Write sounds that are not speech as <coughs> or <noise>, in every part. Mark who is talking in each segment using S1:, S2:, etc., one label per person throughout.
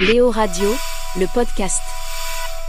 S1: Léo Radio, le podcast.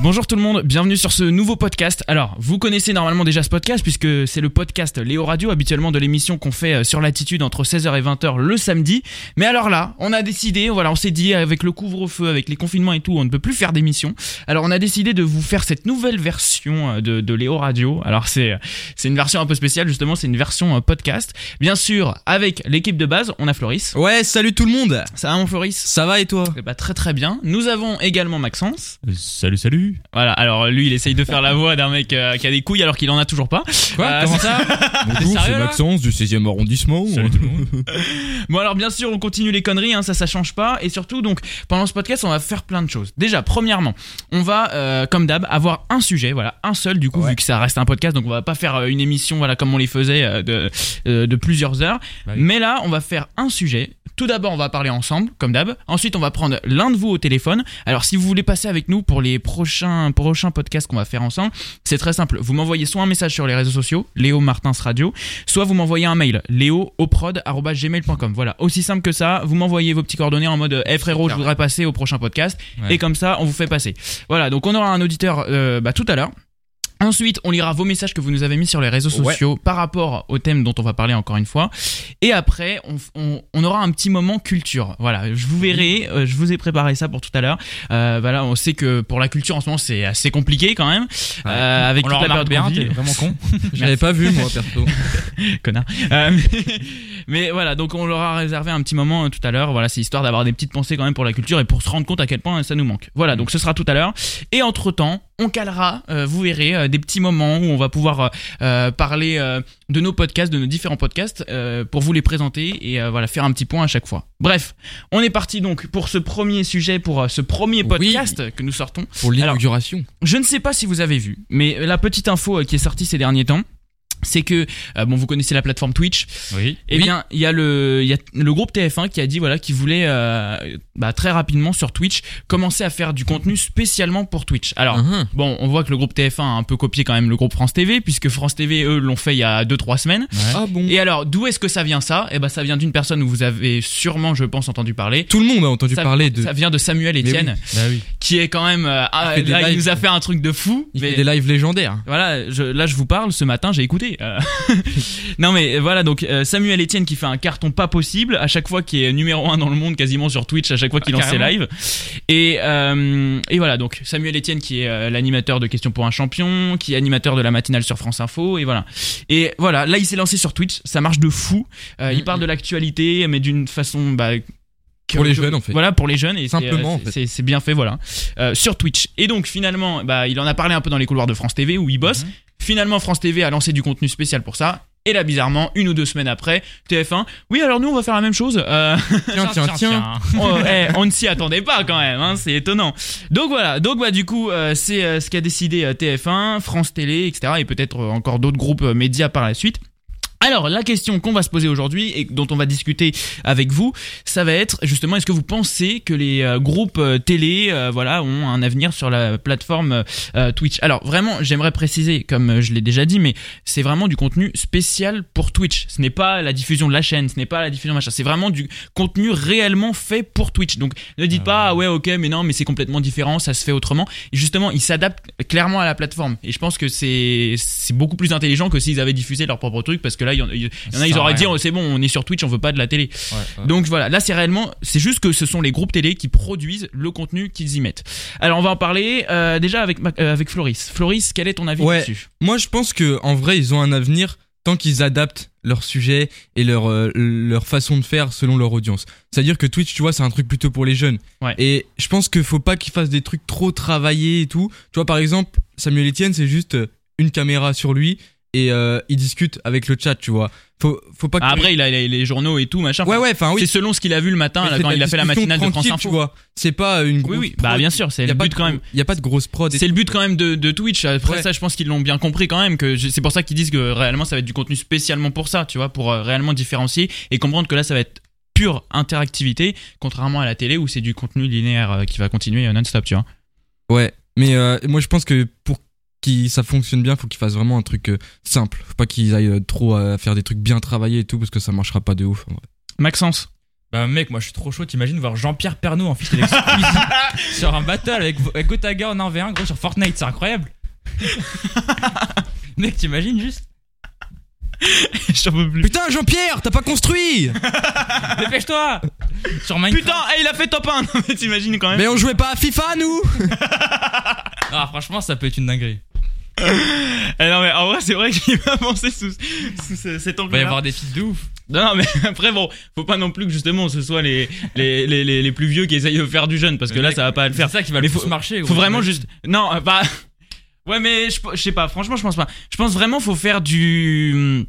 S2: Bonjour tout le monde, bienvenue sur ce nouveau podcast. Alors, vous connaissez normalement déjà ce podcast puisque c'est le podcast Léo Radio, habituellement de l'émission qu'on fait euh, sur l'attitude entre 16h et 20h le samedi. Mais alors là, on a décidé, voilà, on s'est dit avec le couvre-feu, avec les confinements et tout, on ne peut plus faire d'émission. Alors, on a décidé de vous faire cette nouvelle version euh, de, de Léo Radio. Alors, c'est euh, c'est une version un peu spéciale, justement, c'est une version euh, podcast. Bien sûr, avec l'équipe de base, on a Floris.
S3: Ouais, salut tout le monde
S2: Ça va mon Floris
S3: Ça va et toi
S2: Eh bah, très très bien. Nous avons également Maxence.
S4: Salut, salut.
S2: Voilà, alors lui, il essaye de faire la voix d'un mec euh, qui a des couilles alors qu'il en a toujours pas. Euh,
S3: Comment
S2: c'est ça
S5: Ah,
S4: Bonjour,
S2: sérieux,
S4: c'est
S2: là
S4: Maxence du 16e arrondissement.
S2: euh,
S3: Salut
S4: tout le monde.
S2: Bon, alors bien sûr, on continue les conneries, hein, ça, ça change pas. Et surtout, donc, pendant ce podcast, on va faire plein de choses. Déjà, premièrement, on va, euh, comme d'hab, avoir un sujet, voilà, un seul, du coup,
S3: Ouais.
S2: vu que ça reste un podcast, donc on va pas faire euh, une émission, voilà, comme on les faisait euh, de, euh, de plusieurs heures.
S4: Bah oui.
S2: Mais là, on va faire un sujet. Tout d'abord, on va parler ensemble, comme d'hab. Ensuite, on va prendre l'un de vous au téléphone. Alors, si vous voulez passer avec nous pour les prochains, prochains podcasts qu'on va faire ensemble, c'est très simple. Vous m'envoyez soit un message sur les réseaux sociaux, Léo Martins Radio, soit vous m'envoyez un mail, léooprod.gmail.com. Voilà, aussi simple que ça. Vous m'envoyez vos petits coordonnées en mode, eh frérot, je voudrais passer au prochain podcast.
S4: Ouais.
S2: Et comme ça, on vous fait passer. Voilà, donc on aura un auditeur euh, bah, tout à l'heure. Ensuite, on lira vos messages que vous nous avez mis sur les réseaux
S3: Ouais.
S2: sociaux par rapport au thème dont on va parler encore une fois. Et après, on, f- on- on aura un petit moment culture. Voilà, je vous verrai, euh, je vous ai préparé ça pour tout à l'heure. Euh, voilà, on sait que pour la culture en ce moment, c'est assez compliqué quand même. Euh, avec
S4: On le
S2: toute la période
S4: remarque
S2: qu'on
S4: bien,
S2: vit.
S4: t'es vraiment con.
S3: Je l'avais pas vu moi perso.
S2: Connard. Euh, <laughs> mais, mais voilà, donc on leur a réservé un petit moment euh, tout à l'heure. Voilà, c'est histoire d'avoir des petites pensées quand même pour la culture et pour se rendre compte à quel point euh, ça nous manque. Voilà, donc ce sera tout à l'heure. Et entre temps, on calera, euh, vous verrez, euh, des petits moments où on va pouvoir euh, euh, parler euh, de nos podcasts, de nos différents podcasts, euh, pour vous les présenter et euh, voilà faire un petit point à chaque fois. Bref, on est parti donc pour ce premier sujet, pour euh, ce premier
S3: Oui.
S2: podcast que nous sortons.
S3: Pour l'inauguration.
S2: Je ne sais pas si vous avez vu, mais la petite info euh, qui est sortie ces derniers temps, c'est que, euh, bon, vous connaissez la plateforme Twitch,
S4: Oui.
S2: eh bien, il y a le il y a le groupe TF1 qui a dit voilà qu'il voulait euh, bah, très rapidement sur Twitch commencer à faire du contenu spécialement pour Twitch. Alors
S3: Uhum.
S2: bon, on voit que le groupe TF1 a un peu copié quand même le groupe France TV puisque France TV eux l'ont fait il y a 2 3 semaines.
S3: Ah bon
S2: Et alors, d'où est-ce que ça vient ça Eh ben ça vient d'une personne où vous avez sûrement je pense entendu parler.
S3: Tout le monde a entendu
S2: Ça-
S3: parler de.
S2: Ça vient de Samuel
S3: Mais
S2: Etienne
S4: Bah oui.
S2: qui est quand même euh, ah,
S3: fait des
S2: là, il
S3: lives.
S2: nous a fait un truc de fou.
S3: Il
S2: mais-
S3: fait des lives légendaires.
S2: voilà, je, là je vous parle, ce matin j'ai écouté. Euh, <laughs> non mais euh, voilà, donc euh, Samuel Etienne qui fait un carton pas possible, à chaque fois qui est numéro un dans le monde quasiment sur Twitch, à chaque fois qu'il
S4: Ah,
S2: lance ses
S4: carrément.
S2: lives. Et, euh, et voilà, donc Samuel Etienne qui est euh, l'animateur de Question pour un champion, qui est animateur de la matinale sur France Info, et voilà. Et voilà, là il s'est lancé sur Twitch, ça marche de fou. Euh, Il
S3: Mhm.
S2: parle de l'actualité, mais d'une façon... Bah, que-
S3: Pour les
S2: que-
S3: jeunes, en fait.
S2: Voilà, pour les jeunes. Et c'est,
S3: Simplement,
S2: euh,
S3: en
S2: c'est-
S3: fait.
S2: c'est- C'est bien fait, voilà. Euh, sur Twitch. Et donc finalement, bah, il en a parlé un peu dans les couloirs de France TV où il bosse.
S4: Mhm.
S2: Finalement, France TV a lancé du contenu spécial pour ça. Et là, bizarrement, une ou deux semaines après, TF1, oui, alors nous, on va faire la même chose. Euh,
S3: Tiens, tiens, tiens.
S2: on, eh, on ne s'y attendait pas quand même, hein, c'est étonnant. Donc voilà, donc bah, du coup, euh, c'est euh, ce qu'a décidé euh, TF1, France Télé, etc. Et peut-être euh, encore d'autres groupes euh, médias par la suite. Alors, la question qu'on va se poser aujourd'hui et dont on va discuter avec vous, ça va être justement est-ce que vous pensez que les euh, groupes euh, télé euh, voilà, ont un avenir sur la plateforme euh, euh, Twitch Alors, vraiment, j'aimerais préciser, comme euh, je l'ai déjà dit, mais c'est vraiment du contenu spécial pour Twitch. Ce n'est pas la diffusion de la chaîne, ce n'est pas la diffusion de machin, c'est vraiment du contenu réellement fait pour Twitch. Donc ne dites
S4: Ah
S2: pas ah ouais ok mais non mais c'est complètement différent, ça se fait autrement. Et justement, ils s'adaptent clairement à la plateforme et je pense que c'est c'est beaucoup plus intelligent que s'ils avaient diffusé leur propre truc parce que là il y en, il y en a ils auraient dit oh, c'est bon on est sur Twitch on veut pas de la télé. Donc voilà, là c'est réellement, c'est juste que ce sont les groupes télé qui produisent le contenu qu'ils y mettent. Alors on va en parler euh, déjà avec, Ma- euh, avec Floris. Floris, quel est ton avis
S3: Ouais.
S2: dessus
S3: Moi je pense que en vrai ils ont un avenir tant qu'ils adaptent leur sujet et leur, euh, leur façon de faire selon leur audience. C'est-à-dire que Twitch, tu vois, c'est un truc plutôt pour les jeunes.
S2: Ouais.
S3: Et je pense qu'il faut pas qu'ils fassent des trucs trop travaillés et tout. Tu vois, par exemple, Samuel Etienne, c'est juste euh, une caméra sur lui et euh, il discute avec le chat, tu vois. Faut, faut pas que
S2: Ah, Après il a les, les journaux et tout machin.
S3: Ouais, ouais, enfin oui.
S2: C'est selon ce qu'il a vu le matin
S3: Mais
S2: là,
S3: c'est
S2: quand
S3: de
S2: il a fait la
S3: discussion
S2: matinale de France
S3: tranquille,
S2: Info.
S3: Tu vois, c'est pas euh, une
S2: Oui
S3: grosse
S2: oui, bah bien sûr, c'est le but quand même.
S3: Il y a pas de grosse prod. et
S2: C'est le but quand même de, de Twitch. Après
S3: Ouais.
S2: ça, je pense qu'ils l'ont bien compris quand même. Que je- c'est pour ça qu'ils disent que réellement ça va être du contenu spécialement pour ça, tu vois, pour euh, réellement différencier et comprendre que là ça va être pure interactivité, contrairement à la télé où c'est du contenu linéaire euh, qui va continuer euh, non-stop, tu vois.
S3: Ouais, mais euh, moi je pense que pour que ça fonctionne bien, faut qu'ils fassent vraiment un truc euh, simple. Faut pas qu'ils aillent euh, trop à faire des trucs bien travaillés et tout, parce que ça marchera pas de ouf. en vrai.
S2: Maxence.
S5: Bah mec, moi je suis trop chaud, t'imagines voir Jean-Pierre Pernaud en fit avec Squeezie sur un battle avec, avec Gotaga en 1v1 gros sur Fortnite, c'est incroyable. <laughs> mec, t'imagines juste
S2: <laughs> J'en peux plus.
S3: Putain, Jean-Pierre, t'as
S2: <laughs>
S3: pas construit
S5: Dépêche-toi Sur Minecraft.
S2: Putain, eh, il a fait top 1 <laughs> Non, mais t'imagines quand même.
S3: Mais on jouait pas à FIFA, nous
S5: Ah franchement, ça peut être une dinguerie.
S2: Eh non, mais en vrai, c'est vrai qu'il va avancer sous, sous ce- cet
S5: Il va
S2: angle
S5: y avoir des fils de ouf.
S2: Non, non, mais <laughs> après, bon, faut pas non plus que justement ce soit les, les, les, les, les plus vieux qui essayent de faire du jeune parce que là, ça va pas le
S5: C'est
S2: faire.
S5: ça qui va le
S2: Mais
S5: plus
S2: faut-
S5: marcher.
S2: Faut
S5: gros.
S2: vraiment juste. Non, euh, bah. <laughs> Ouais, mais je, je sais pas. Franchement, je pense pas. Je pense vraiment faut faire du. hmm,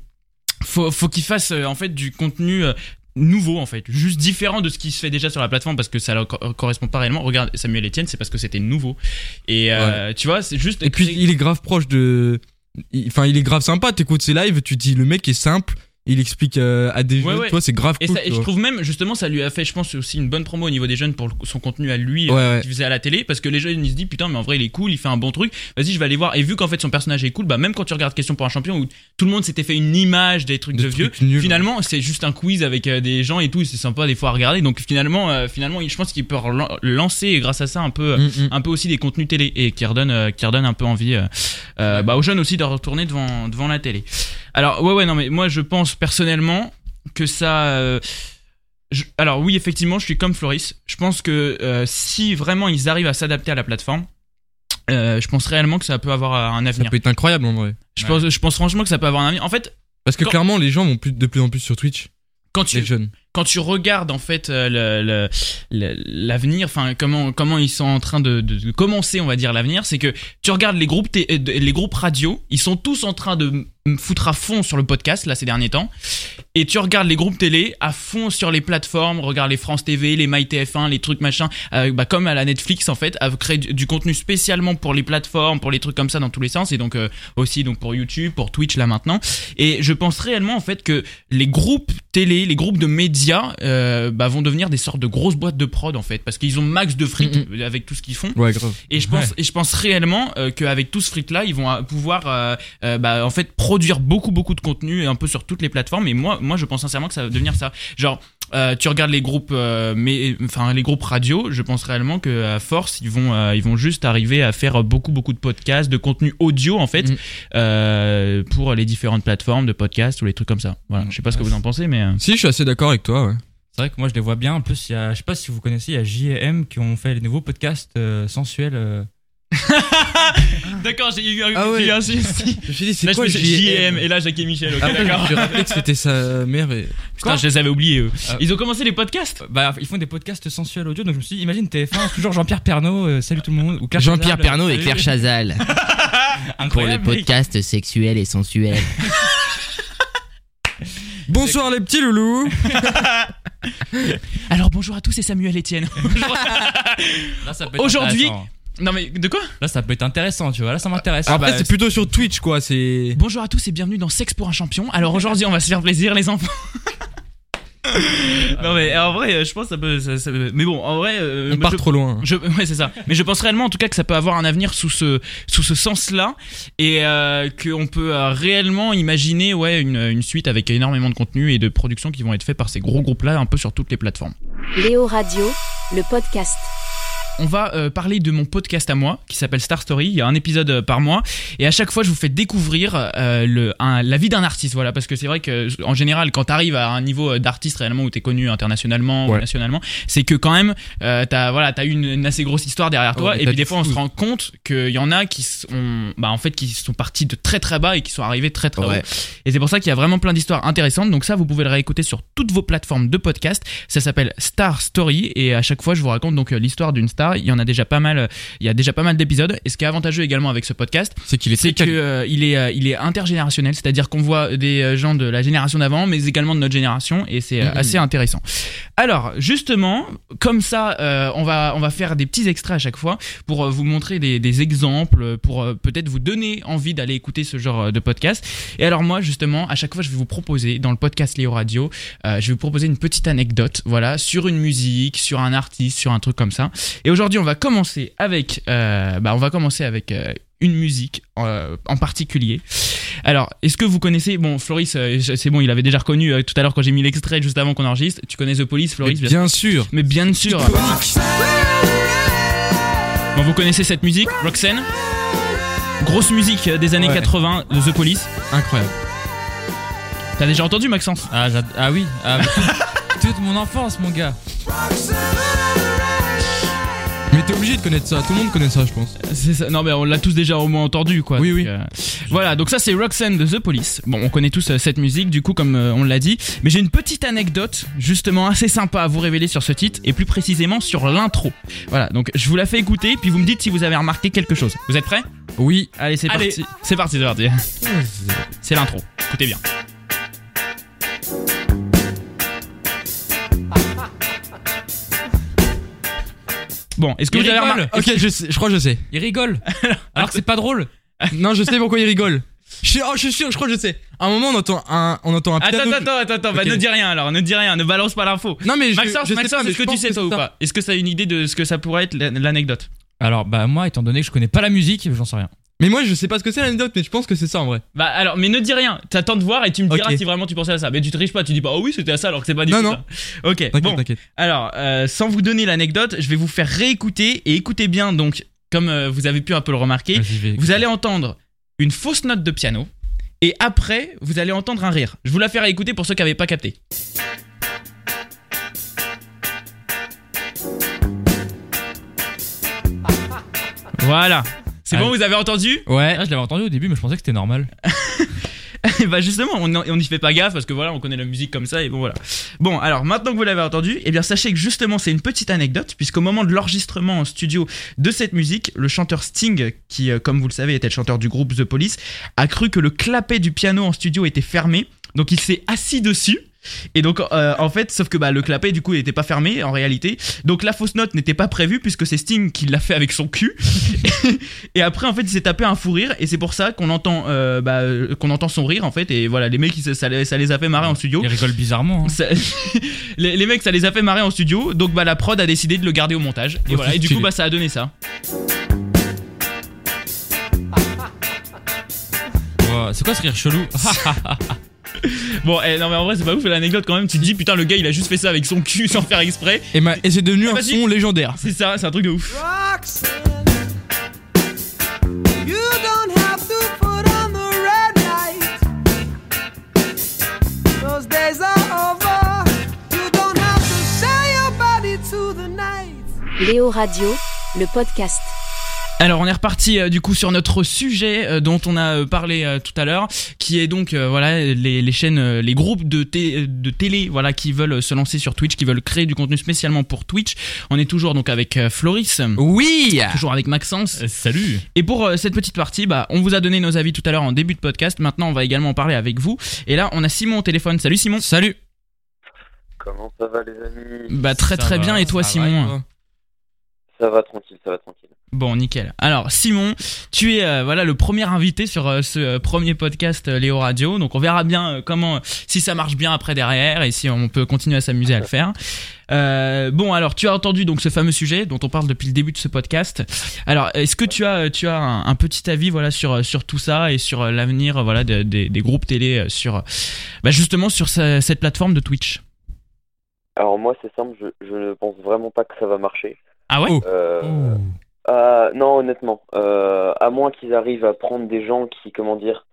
S2: Faut, faut qu'ils fassent euh, en fait du contenu euh, nouveau en fait, juste différent de ce qui se fait déjà sur la plateforme parce que ça leur co- euh, correspond pas réellement. Regarde Samuel Etienne, c'est parce que c'était nouveau. Et euh, tu vois, c'est juste.
S3: Et puis il est grave proche de. il- Enfin, il est grave sympa. T'écoutes ses lives, tu te dis le mec est simple, il explique euh, à des
S2: Ouais,
S3: jeux.
S2: ouais.
S3: Toi, c'est grave
S2: Et,
S3: cool.
S2: ça- et
S3: tu
S2: je
S3: vois.
S2: trouve même, justement, ça lui a fait, je pense, aussi une bonne promo au niveau des jeunes pour le- son contenu à lui,
S3: Ouais,
S2: euh,
S3: ouais.
S2: qu'il faisait à la télé, parce que les jeunes, ils se disent, putain, mais en vrai, il est cool, il fait un bon truc, vas-y, je vais aller voir. Et vu qu'en fait, son personnage est cool, bah, même quand tu regardes Question pour un champion, où tout le monde s'était fait une image des trucs
S3: Des
S2: de vieux,
S3: trucs nuls.
S2: finalement, c'est juste un quiz avec euh, des gens et tout, et c'est sympa des fois à regarder. Donc, finalement, euh, finalement, il- je pense qu'il peut relan- lancer, grâce à ça, un peu, euh,
S3: Mm, mm.
S2: un peu aussi des contenus télé, et qui redonne, euh, qui redonne un peu envie, euh, euh, bah, aux jeunes aussi de retourner devant, devant la télé. Alors ouais ouais non mais moi je pense personnellement que ça. euh, je- alors oui effectivement je suis comme Floris. Je pense que euh, si vraiment ils arrivent à s'adapter à la plateforme, euh, je pense réellement que ça peut avoir euh, un
S3: Ça
S2: avenir.
S3: peut être incroyable en vrai.
S2: Je pense je pense franchement que ça peut avoir un avenir. En fait
S3: Parce que
S2: Quand-
S3: clairement, les gens vont plus, de plus en plus sur Twitch,
S2: quand
S3: les
S2: tu
S3: jeunes.
S2: quand tu regardes en fait euh, le- le- le- l'avenir, enfin comment comment ils sont en train de, de- de commencer, on va dire l'avenir, c'est que tu regardes les groupes té- euh, de- les groupes radio, ils sont tous en train de m- me foutre à fond sur le podcast là ces derniers temps, et tu regardes les groupes télé à fond sur les plateformes, regarde les France TV, les MyTF1, les trucs machin, euh, bah, comme à la Netflix en fait, à créer du, du contenu spécialement pour les plateformes, pour les trucs comme ça dans tous les sens, et donc euh, aussi donc pour YouTube, pour Twitch là maintenant, et je pense réellement en fait que les groupes télé, les groupes de médias euh, bah, vont devenir des sortes de grosses boîtes de prod en fait, parce qu'ils ont max de fric euh, avec tout ce qu'ils font.
S3: Ouais, grave.
S2: Et je pense, et je pense réellement euh, qu'avec tout ce fric là, ils vont euh, pouvoir euh, euh, bah, en fait produire beaucoup beaucoup de contenu et un peu sur toutes les plateformes. Et moi, moi, je pense sincèrement que ça va devenir ça. Genre, euh, tu regardes les groupes, euh, mais enfin les groupes radio, je pense réellement que à force, ils vont, euh, ils vont juste arriver à faire beaucoup beaucoup de podcasts, de contenu audio en fait,
S3: Mhm.
S2: euh, pour les différentes plateformes de podcasts ou les trucs comme ça. Voilà. Je sais pas ce que vous en pensez, mais euh,
S3: Si, je suis assez d'accord avec toi, ouais.
S5: C'est vrai que moi je les vois bien. En plus, il y a, je sais pas si vous connaissez, il y a JM qui ont fait les nouveaux podcasts euh, sensuels. euh.
S2: D'accord, j'ai eu un,
S3: Ah ouais.
S2: j'ai eu un souci.
S3: Je me suis dit,
S2: Là,
S3: c'est
S2: je
S3: quoi
S2: me
S3: le E
S2: suis dit E JM
S3: JM
S2: et là, Jacques et Michel. ok,
S3: Après, Ah, je me
S2: d'accord.
S3: suis rappelé que c'était sa mère et.
S2: Putain, je les avais oubliés, eux.
S5: Ah.
S2: Ils ont commencé les podcasts
S5: Bah, ils font des podcasts sensuels audio. Donc je me suis dit, imagine TF1, toujours Jean-Pierre Pernaud, euh, salut tout le monde. ou Claire
S6: Jean-Pierre
S5: Chazal,
S6: Pernaud et
S5: salut.
S6: Claire Chazal pour le
S5: Incroyable, mec.
S6: podcast sexuel et sensuel.
S3: Bonsoir les petits loulous
S2: Euh. Alors bonjour à tous, c'est Samuel Etienne.
S5: Là, ça peut être
S2: Aujourd'hui-
S5: intéressant.
S2: <laughs> non mais de quoi
S5: Là, ça peut être intéressant, tu vois. Là, ça m'intéresse. Bah,
S3: Après, c'est plutôt sur Twitch, quoi. C'est.
S2: Bonjour à tous et bienvenue dans Sexe pour un champion. Alors aujourd'hui, on va se faire plaisir, les enfants. non mais en vrai, euh, je pense que ça peut. ça- ça peut- Mais bon, en vrai, euh,
S3: On part
S2: je-
S3: trop loin.
S2: Je, ouais, c'est ça. Mais je pense réellement, en tout cas, que ça peut avoir un avenir sous ce, sous ce sens-là et euh, qu'on peut euh, réellement imaginer ouais, une, une suite avec énormément de contenu et de productions qui vont être faits par ces gros groupes-là, un peu sur toutes les plateformes.
S1: Léo Radio, le podcast.
S2: On va euh, parler de mon podcast à moi qui s'appelle Star Story. Il y a un épisode euh, par mois et à chaque fois je vous fais découvrir euh, le, un- la vie d'un artiste. Voilà, parce que c'est vrai que en général, quand t'arrives à un niveau euh, d'artiste réellement où t'es connu internationalement ou
S3: Ouais.
S2: nationalement, c'est que quand même euh, t'as voilà t'as eu une, une assez grosse histoire derrière toi.
S3: Ouais,
S2: et
S3: t'as
S2: puis des
S3: du
S2: fois on se
S3: fou.
S2: rend compte qu'il y en a qui sont bah en fait qui sont partis de très très bas et qui sont arrivés très très haut.
S6: Ouais.
S2: Et c'est pour ça qu'il y a vraiment plein d'histoires intéressantes. Donc ça, vous pouvez le réécouter sur toutes vos plateformes de podcast. Ça s'appelle Star Story et à chaque fois, je vous raconte donc euh, l'histoire d'une star. Il y en a déjà pas mal. euh, Il y a déjà pas mal d'épisodes. Et ce qui est avantageux également avec ce podcast,
S3: C'est qu'il est
S2: c'est
S3: très
S2: que
S3: calme.
S2: euh, il est euh, il est intergénérationnel, c'est-à-dire qu'on voit des euh, gens de la génération d'avant, mais également de notre génération, et c'est euh,
S3: Mm-hmm.
S6: Mhm.
S2: assez intéressant. Alors justement, comme ça, euh, on va on va faire des petits extraits à chaque fois pour euh, vous montrer des, des exemples, euh, pour euh, peut-être vous donner envie d'aller écouter ce genre euh, de podcast. Et alors moi justement, à chaque fois, je vais vous proposer dans le podcast Léo Radio, euh, je vais vous proposer une petite anecdote, voilà, sur une musique, sur un artiste, sur un truc comme ça. Et aujourd'hui, on va commencer avec, euh, bah, on va commencer avec euh, une musique euh, en particulier. Alors, est-ce que vous connaissez. Bon, Floris, euh, je- c'est bon, il avait déjà reconnu euh, tout à l'heure quand j'ai mis l'extrait juste avant qu'on enregistre. Tu connais The Police, Floris
S3: Mais bien sûr.
S2: Mais bien sûr. Bon, vous connaissez cette musique, Roxanne Grosse musique euh, des années
S3: Ouais.
S2: 80 de The Police.
S3: Incroyable.
S2: T'as déjà entendu, Maxence
S5: Ah, j'ad- ah oui, ah, mais- toute mon enfance, mon gars.
S3: Mais t'es obligé de connaître ça. Tout le monde connaît ça, je pense.
S2: C'est ça. Non, mais on l'a tous déjà au moins entendu, quoi.
S3: Oui,
S2: Donc,
S3: oui.
S2: euh, Voilà, donc ça, c'est Roxanne de The Police. Bon, on connaît tous euh, cette musique, du coup, comme euh, on l'a dit. Mais j'ai une petite anecdote, justement, assez sympa à vous révéler sur ce titre, et plus précisément sur l'intro. Voilà, donc je vous la fais écouter, puis vous me dites si vous avez remarqué quelque chose. Vous êtes prêts
S3: Oui.
S2: Allez, c'est
S5: Allez.
S2: parti. C'est parti, c'est parti. C'est l'intro. Écoutez bien. Bon, est-ce que
S5: Il
S2: vous avez
S5: rigole.
S2: remarqué
S3: Ok, je, sais- je crois que je sais.
S5: Il rigole.
S3: <laughs>
S5: Alors que c'est pas drôle.
S3: Non, je sais pourquoi il rigole. Je suis, oh, je suis sûr, je crois que je sais. À un moment, on entend un, on entend un piano.
S2: Attends, attends, attends, attends, bah,
S3: Ok.
S2: ne dis rien alors, ne dis rien, ne balance pas l'info.
S3: Non, mais je,
S2: Maxence,
S3: je sais
S2: Maxence,
S3: pas, mais
S2: est-ce que
S3: je
S2: tu
S3: pense
S2: sais ça
S3: c'est
S2: ou
S3: ça.
S2: pas Est-ce que ça a une idée de ce que ça pourrait être l'an- l'anecdote
S5: Alors, bah, moi, étant donné que je connais pas la musique, j'en sais rien.
S3: Mais moi, je sais pas ce que c'est l'anecdote, mais je pense que c'est ça en vrai.
S2: Bah alors, mais ne dis rien, t'attends de voir et tu me diras
S3: Ok.
S2: si vraiment tu pensais à ça. Mais tu triches pas, tu dis pas, oh oui, c'était à ça alors que c'est pas du
S3: Non,
S2: tout
S3: non.
S2: ça. Ok,
S3: T'inquiète,
S2: bon,
S3: t'inquiète.
S2: alors, euh, sans vous donner l'anecdote, je vais vous faire réécouter et écoutez bien donc, comme euh, vous avez pu un peu le remarquer,
S5: Vas-y, je vais-
S2: vous allez entendre une fausse note de piano et après, vous allez entendre un rire. Je vous la fais réécouter pour ceux qui n'avaient pas capté. Voilà. C'est bon,
S5: Allez.
S2: vous avez entendu
S5: Ouais. Ah, je l'avais entendu au début, mais je pensais que c'était normal.
S2: Et <laughs> bah justement, on on n'y fait pas gaffe parce que voilà, on connaît la musique comme ça et bon voilà. Bon, alors maintenant que vous l'avez entendu, eh bien sachez que justement c'est une petite anecdote puisqu'au moment de l'enregistrement en studio de cette musique, le chanteur Sting, qui euh, comme vous le savez était le chanteur du groupe The Police, a cru que le clapet du piano en studio était fermé, donc il s'est assis dessus. Et donc euh, en fait, sauf que bah, le clapet du coup il n'était pas fermé en réalité, donc la fausse note n'était pas prévue puisque c'est Sting qui l'a fait avec son cul. <laughs> Et après, en fait, il s'est tapé un fou rire, et c'est pour ça qu'on entend, euh, bah, euh, qu'on entend son rire, en fait. Et voilà, les mecs, ils se- ça, les- ça les a fait marrer en studio.
S5: Il rigole bizarrement. hein.
S2: Ça- <laughs> les, les mecs, ça les a fait marrer en studio, donc bah, la prod a décidé de le garder au montage. Et
S3: Oh,
S2: voilà,
S3: c'est
S2: et du coup,
S3: stylé.
S2: bah, ça a donné ça.
S5: Ouais, C'est quoi ce rire chelou
S3: Ah,
S2: Bon, eh, non, mais en vrai, c'est pas ouf l'anecdote quand même. Tu te dis, putain, le gars, il a juste fait ça avec son cul <laughs> sans faire exprès.
S3: Et, ma- et c'est devenu un
S2: vas-y.
S3: son légendaire.
S2: C'est ça, c'est un truc de ouf.
S7: Roxanne, you don't have to put on the red light. Those days are over. You don't have to sell your body to the night.
S1: Léo Radio, le podcast.
S2: Alors on est reparti euh, du coup sur notre sujet euh, dont on a euh, parlé euh, tout à l'heure, qui est donc euh, voilà les, les chaînes, euh, les groupes de, té- de télé voilà qui veulent euh, se lancer sur Twitch, qui veulent créer du contenu spécialement pour Twitch. On est toujours donc avec euh, Floris.
S3: Oui
S5: Ah.
S2: Toujours avec Maxence.
S4: Euh, Salut
S2: Et pour euh, cette petite partie, bah, on vous a donné nos avis tout à l'heure en début de podcast. Maintenant, on va également en parler avec vous. Et là, on a Simon au téléphone. Salut Simon.
S3: Salut
S8: Comment ça va les amis
S2: Bah, très
S5: Ça
S2: très
S5: va,
S2: bien. Et toi,
S5: ça va,
S2: Simon
S5: et toi
S8: Ça va tranquille, ça va tranquille.
S2: Bon, nickel. Alors, Simon, tu es euh, voilà le premier invité sur euh, ce euh, premier podcast euh, Léo Radio. Donc, on verra bien euh, comment, euh, si ça marche bien après derrière et si on peut continuer à s'amuser à le faire. Euh, bon, alors, tu as entendu donc ce fameux sujet dont on parle depuis le début de ce podcast. Alors, est-ce que tu as euh, tu as un, un petit avis voilà sur euh, sur tout ça et sur euh, l'avenir euh, voilà de- des- des groupes télé euh, sur euh, bah, justement sur ce- cette plateforme de Twitch
S8: Alors moi c'est simple, je, je ne pense vraiment pas que ça va marcher.
S2: Ah ouais
S3: Oh.
S8: Euh, euh, non honnêtement, euh, à moins qu'ils arrivent à prendre des gens qui, comment dire,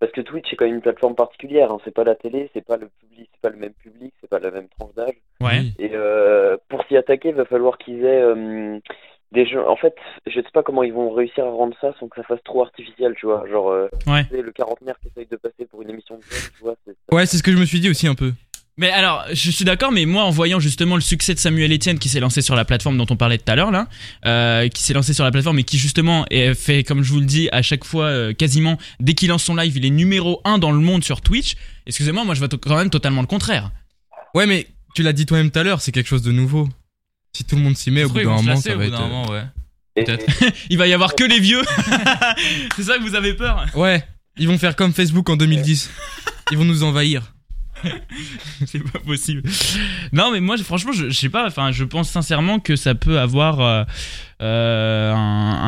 S8: parce que Twitch c'est quand même une plateforme particulière, hein, c'est pas la télé, c'est pas le public, c'est pas le même public, c'est pas la même tranche d'âge.
S2: Ouais.
S3: Oui.
S8: Et euh, pour s'y attaquer, il va falloir qu'ils aient euh, des gens. En fait, je sais pas comment ils vont réussir à rendre ça sans que ça fasse trop artificiel, tu vois. Genre, euh,
S2: Ouais.
S8: tu sais, le quarantenaire qui essaye de passer pour une émission de jeunes, tu vois. c'est-
S3: Ouais, c'est ce que je me suis dit aussi un peu.
S2: Mais alors, je suis d'accord, mais moi, en voyant justement le succès de Samuel Etienne qui s'est lancé sur la plateforme dont on parlait tout à l'heure, là, euh, qui s'est lancé sur la plateforme et qui justement est fait, comme je vous le dis, à chaque fois, euh, quasiment, dès qu'il lance son live, il est numéro 1 dans le monde sur Twitch. Excusez-moi, moi, je vois to- quand même totalement le contraire.
S3: Ouais, mais tu l'as dit toi-même tout à l'heure, c'est quelque chose de nouveau. Si tout le monde s'y met, au bout
S5: Ils
S3: d'un
S5: vont se
S3: moment,
S5: lasser
S3: ça
S5: au
S3: va
S5: bout
S3: être. euh,
S5: d'un moment, ouais.
S8: Et-
S5: Peut-être.
S2: Il va y avoir que les vieux. <laughs> C'est ça que vous avez peur
S3: euh, Ouais, ils vont faire comme Facebook en 2010. Ils vont nous envahir.
S2: <laughs> C'est pas possible. Non, mais moi, je- franchement, je, je sais pas. Enfin, je pense sincèrement que ça peut avoir. euh, euh, un,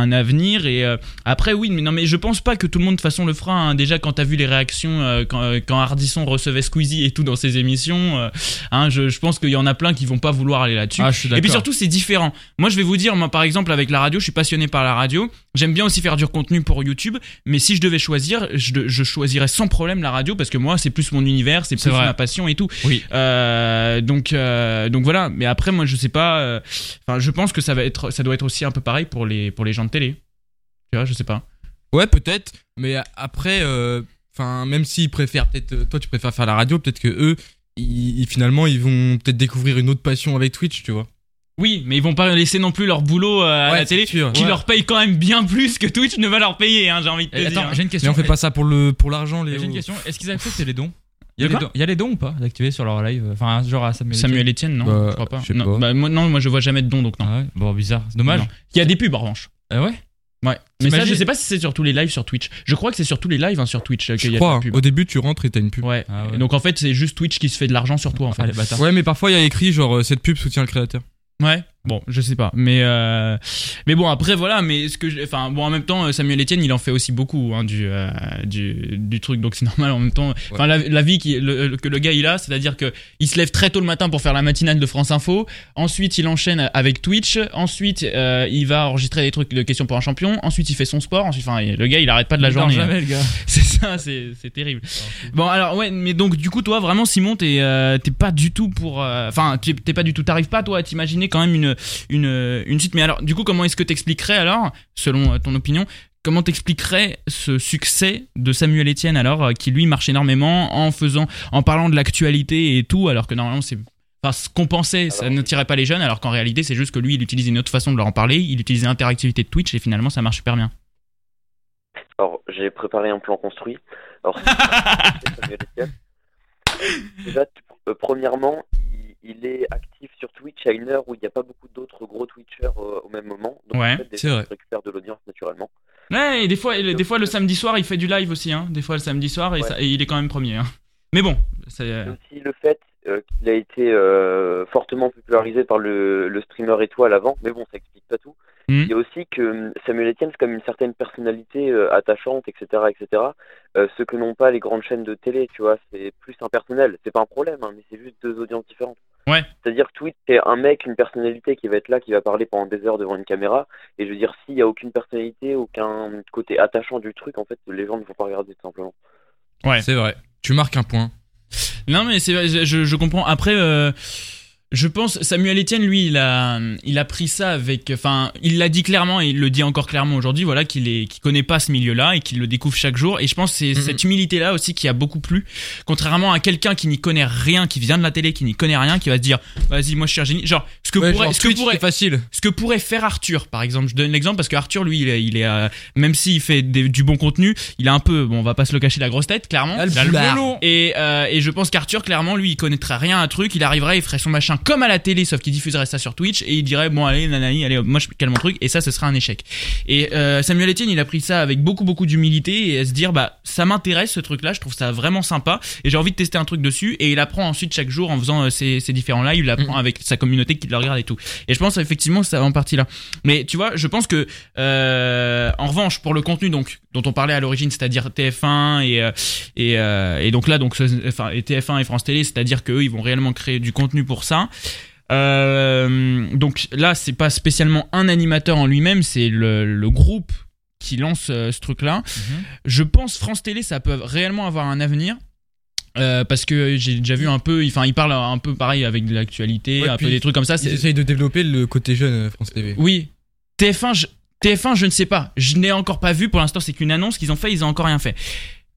S2: un avenir. Et euh, après, oui, mais non, mais je pense pas que tout le monde de toute façon le fera. hein. Déjà, quand t'as vu les réactions euh, quand, euh, quand Hardisson recevait Squeezie et tout dans ses émissions, euh, hein, je, je pense qu'il y en a plein qui vont pas vouloir aller là-dessus.
S3: Ah, je suis d'accord.
S2: Et puis surtout, c'est différent. Moi, je vais vous dire, moi, par exemple, avec la radio, je suis passionné par la radio. J'aime bien aussi faire du contenu pour YouTube. Mais si je devais choisir, je, je choisirais sans problème la radio parce que moi, c'est plus mon univers, c'est plus
S5: vrai.
S2: ma passion et tout.
S5: Oui.
S2: Euh, donc, euh, donc voilà. Mais après, moi, je sais pas. euh, Enfin, je pense que ça va être, ça doit être aussi un peu pareil pour les, pour les gens de télé. Tu vois, je sais pas.
S3: Ouais, peut-être. Mais a- après, euh, enfin, même s'ils préfèrent peut-être, euh, toi, tu préfères faire la radio, peut-être que eux, ils, ils- finalement, ils vont peut-être découvrir une autre passion avec Twitch, tu vois.
S2: Oui, mais ils vont pas laisser non plus leur boulot euh, à la
S3: Ouais, c'est
S2: télé,
S3: sûr,
S2: qui
S3: ouais.
S2: leur paye quand même bien plus que Twitch ne va leur payer. hein, J'ai envie de te
S5: Et
S2: dire.
S5: Eh, Attends, j'ai une
S3: Mais
S5: question.
S3: on fait pas ça pour le pour l'argent, les.
S5: J'ai une question. Est-ce qu'ils acceptent les dons
S2: De
S5: Il y, a les
S2: quoi
S5: dons- il y a les dons ou pas d'activer sur leur live Enfin, genre à Samuel.
S2: Samuel Etienne, non
S3: Bah,
S2: Je crois pas.
S3: je sais
S2: non,
S3: pas.
S2: bah, moi, non, moi je vois jamais de dons donc non.
S5: Ah ouais Bon, bizarre. Dommage.
S2: Non. Il y a des pubs en revanche.
S5: Ah ouais
S2: Ouais. Mais ça,
S5: T'imagines-
S2: je sais pas si c'est sur tous les lives sur Twitch. Je crois que c'est sur tous les lives hein, sur Twitch euh,
S3: Je
S2: qu'il y a
S3: crois.
S2: des
S3: hein.
S2: pubs.
S3: Au début, tu rentres et t'as une pub.
S2: Ouais.
S5: Ah ouais.
S2: Et Donc en fait, c'est juste Twitch qui se fait de l'argent sur toi en fait.
S5: Ah, les bâtards.
S3: Ouais, mais parfois il y a écrit genre euh, cette pub soutient le créateur.
S2: Ouais. Bon, je sais pas, mais euh, mais bon après voilà, mais ce que je- enfin bon en même temps euh, Samuel Etienne il en fait aussi beaucoup hein, du, euh, du du truc donc c'est <laughs> normal en même temps. Enfin la, la vie qui le- le- que le gars il a, c'est-à-dire que il se lève très tôt le matin pour faire la matinale de France Info, ensuite il enchaîne avec Twitch, ensuite euh, il va enregistrer des trucs de questions pour un champion, ensuite il fait son sport, ensuite enfin le gars il arrête pas de la
S5: Il dort
S2: journée. hein.
S5: jamais, le gars.
S2: <laughs> C'est ça, c'est c'est terrible. Bon, alors, ouais, mais donc, du coup, toi, vraiment, Simon, t'es euh, t'es pas du tout pour. euh, Enfin, t'es t'es pas du tout. T'arrives pas, toi, à t'imaginer quand même une, une, une suite. Mais alors, du coup, comment est-ce que t'expliquerais, alors, selon euh, ton opinion, comment t'expliquerais ce succès de Samuel Etienne, alors, euh, qui lui marche énormément en faisant. en parlant de l'actualité et tout, alors que normalement, c'est. Enfin, ce qu'on pensait, ça
S8: Alors-
S2: n'attirait pas les jeunes, alors qu'en réalité, c'est juste que lui, il utilise une autre façon de leur en parler, il utilise l'interactivité de Twitch, et finalement, ça marche super bien.
S8: Alors, j'ai préparé un plan construit. Alors,
S3: <laughs>
S8: c'est Samuel Etienne. Déjà, tu- euh, premièrement, il, il est actif sur Twitch à une heure où il n'y a pas beaucoup d'autres gros Twitchers euh, au même moment. Donc,
S2: Ouais,
S8: en fait, déjà,
S3: c'est vrai.
S8: il récupère de l'audience naturellement.
S2: Ouais, et des fois, et des fois le
S3: euh,
S2: samedi soir, il fait du live aussi. Hein. Des fois le samedi soir, et,
S8: Ouais.
S2: ça- et il est quand même premier. hein. Mais bon, c'est. euh,
S8: C'est aussi le fait euh, qu'il a été euh, fortement popularisé par le, le streamer étoile avant, mais bon, ça explique pas tout.
S2: Mhm.
S8: Il y a aussi que hum, Samuel Etienne, c'est comme une certaine personnalité euh, attachante, etc., etc. Euh, ce que n'ont pas les grandes chaînes de télé, tu vois, c'est plus impersonnel. C'est pas un problème, hein, mais c'est juste deux audiences différentes.
S2: Ouais.
S8: C'est-à-dire que Twitch, c'est un mec, une personnalité qui va être là, qui va parler pendant des heures devant une caméra. Et je veux dire, s'il n'y a aucune personnalité, aucun côté attachant du truc, en fait, les gens ne vont pas regarder tout simplement.
S2: Ouais.
S3: C'est vrai. Tu marques un point.
S2: Non, mais c'est, je, je comprends. Après, euh, je pense Samuel Etienne, lui, il a, il a pris ça avec. Enfin, il l'a dit clairement et il le dit encore clairement aujourd'hui. Voilà, qu'il est, qu'il connaît pas ce milieu-là et qu'il le découvre chaque jour. Et je pense que c'est
S3: Mhm.
S2: cette humilité-là aussi qui a beaucoup plu. Contrairement à quelqu'un qui n'y connaît rien, qui vient de la télé, qui n'y connaît rien, qui va se dire, vas-y, moi je suis un génie. Genre, ce que
S3: Ouais,
S2: pourrait,
S3: genre,
S2: ce que
S3: Twitch,
S2: pourrait,
S3: c'est facile.
S2: ce que pourrait faire Arthur par exemple je donne l'exemple parce que Arthur lui il est, il est, euh, même s'il fait des- du bon contenu il a un peu bon on va pas se le cacher la grosse tête clairement
S3: Ah, le
S2: Il a le
S3: foulard.
S2: melon. et, euh, et je pense qu'Arthur clairement lui il connaîtrait rien à un truc il arriverait il ferait son machin comme à la télé sauf qu'il diffuserait ça sur Twitch et il dirait bon allez nanani allez hop, moi je calme mon truc et ça ce sera un échec et euh, Samuel Etienne il a pris ça avec beaucoup beaucoup d'humilité et à se dire bah ça m'intéresse ce truc là je trouve ça vraiment sympa et j'ai envie de tester un truc dessus et il apprend ensuite chaque jour en faisant euh, ses, ses différents lives il apprend avec sa communauté qui le regarde et tout et je pense effectivement ça en partie là. Mais tu vois, je pense que euh, en revanche pour le contenu donc dont on parlait à l'origine, c'est-à-dire TF1 et euh, et, euh, et donc là donc ce- enfin et TF1 et France Télé, c'est-à-dire qu'eux ils vont réellement créer du contenu pour ça. Euh, donc là c'est pas spécialement un animateur en lui-même, c'est le, le groupe qui lance euh, ce truc-là.
S3: Mhm.
S2: Je pense France Télé ça peut réellement avoir un avenir. euh, parce que j'ai déjà vu un peu, enfin, il parle un peu pareil avec de l'actualité,
S3: Ouais,
S2: un peu
S3: puis
S2: des trucs comme ça.
S3: Ils
S2: c'est-
S3: essayent de développer le côté jeune euh, France TV.
S2: oui. TF1, je, TF1, je ne sais pas. Je n'ai encore pas vu. Pour l'instant, c'est qu'une annonce qu'ils ont fait. Ils ont encore rien fait.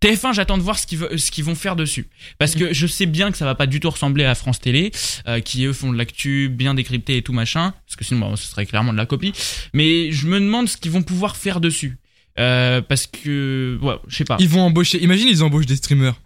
S2: TF1, j'attends de voir ce qu'ils, ve- ce qu'ils vont faire dessus. Parce que je sais bien que ça va pas du tout ressembler à France Télé, euh, qui eux font de l'actu bien décryptée et tout machin. Parce que sinon, bon, ce serait clairement de la copie. Mais je me demande ce qu'ils vont pouvoir faire dessus. Euh, parce que, ouais, je sais pas.
S3: Ils vont embaucher. Imagine, ils embauchent des streamers.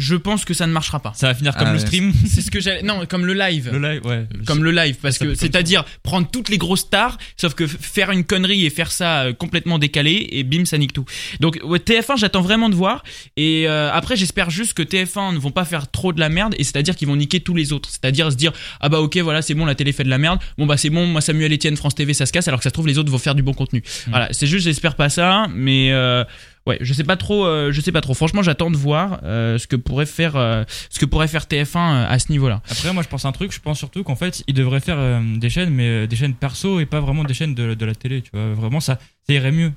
S2: je pense que ça ne marchera pas.
S5: Ça va finir comme
S3: Ah
S5: le
S3: ouais.
S5: stream.
S2: <laughs> C'est ce que j'allais. Non, comme le live.
S5: Le live, ouais.
S2: comme le live, parce
S5: Ça
S2: que
S5: peut comme
S2: c'est-à-dire prendre toutes les grosses stars, sauf que f- faire une connerie et faire ça euh, complètement décalé, et bim, ça nique tout. Donc ouais, TF1, j'attends vraiment de voir, et euh, après j'espère juste que TF1 ne vont pas faire trop de la merde, et c'est-à-dire qu'ils vont niquer tous les autres, c'est-à-dire se dire ah bah ok voilà c'est bon la télé fait de la merde, bon bah c'est bon moi Samuel Etienne France TV ça se casse, alors que ça se trouve les autres vont faire du bon contenu.
S5: Mmh.
S2: Voilà, c'est juste j'espère pas ça, mais euh, ouais je sais pas trop, euh, je sais pas trop. Franchement j'attends de voir euh, ce que pourrait faire, euh, ce que pourrait faire TF1 euh, à ce niveau-là.
S5: Après, moi, je pense un truc. Je pense surtout qu'en fait, ils devraient faire euh, des chaînes, mais euh, des chaînes perso et pas vraiment des chaînes de, de la télé. Tu vois, vraiment, ça, ça irait mieux.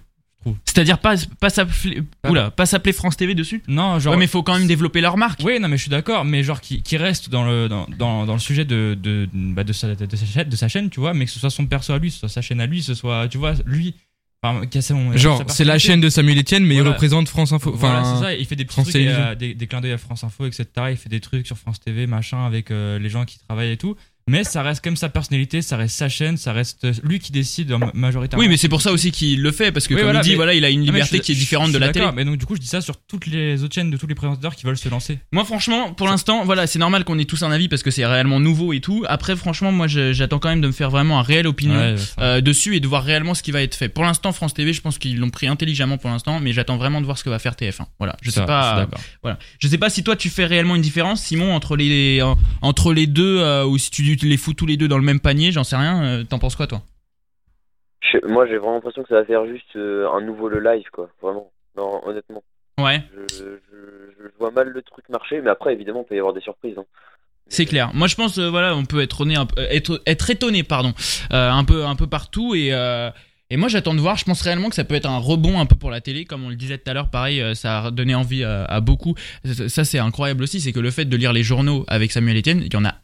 S2: C'est-à-dire pas pas s'appeler
S5: Ah.
S2: oula, pas s'appeler France TV dessus.
S5: Non, genre.
S2: ouais, mais faut quand même développer leur marque.
S5: Oui, non, mais je suis d'accord, mais genre qui, qui reste dans le, dans, dans, dans le sujet de, de, bah, de, sa, de, sa chaîne, de sa chaîne, tu vois, mais que ce soit son perso à lui, que ce soit sa chaîne à lui, que ce soit, tu vois, lui. Enfin, qui a son-
S3: Genre,
S5: sa
S3: c'est la
S5: personnalité.
S3: chaîne de Samuel Etienne, mais
S5: Voilà.
S3: il représente France Info. Enfin,
S5: Voilà, c'est ça, il fait des petits
S3: France
S5: trucs,
S3: Télévisions.
S5: euh, des, des clins d'œil à France Info, etc. Il fait des trucs sur France TV, machin, avec euh, les gens qui travaillent et tout. Mais ça reste comme sa personnalité, ça reste sa chaîne, ça reste euh, lui qui décide en ma- majoritairement.
S2: Oui, mais c'est pour ça aussi qu'il le fait parce que
S5: Oui,
S2: comme
S5: voilà,
S2: il dit
S5: mais-
S2: voilà, il a une
S5: Ah, mais je
S2: liberté
S5: suis-
S2: qui est
S5: je- je
S2: différente
S5: suis
S2: de la
S5: d'accord,
S2: télé.
S5: Mais donc, du coup, je dis ça sur toutes les autres chaînes de tous les présentateurs qui veulent se lancer.
S2: Moi franchement, pour l'instant, voilà, c'est normal qu'on ait tous un avis parce que c'est réellement nouveau et tout. Après franchement, moi je- j'attends quand même de me faire vraiment un réel opinion.
S5: Ouais, enfin,
S2: euh, dessus et de voir réellement ce qui va être fait. Pour l'instant, France TV, je pense qu'ils l'ont pris intelligemment pour l'instant, mais j'attends vraiment de voir ce que va faire TF1. Voilà, je
S5: ça,
S2: sais
S5: je suis
S2: pas.
S5: d'accord.
S2: Voilà. Je sais pas si toi tu fais réellement une différence, Simon, entre les en- entre les deux euh, ou si tu les fous tous les deux dans le même panier, j'en sais rien. euh, T'en penses quoi toi
S8: Je- moi, j'ai vraiment l'impression que ça va faire juste euh, un nouveau le live, quoi. Vraiment. Non, honnêtement.
S2: Ouais.
S8: Je, je- je vois mal le truc marcher, mais après, évidemment, il peut y avoir des surprises. hein.
S2: C'est
S8: Mais-
S2: clair. Moi, je pense, euh, voilà, on peut être, étonné un peu- euh, être, être étonné, pardon, euh, un peu, un peu partout. Et, euh, et moi, j'attends de voir. Je pense réellement que ça peut être un rebond un peu pour la télé, comme on le disait tout à l'heure. Pareil, euh, ça a donné envie euh, à beaucoup. Ça, ça, c'est incroyable aussi, c'est que le fait de lire les journaux avec Samuel Etienne, il y en a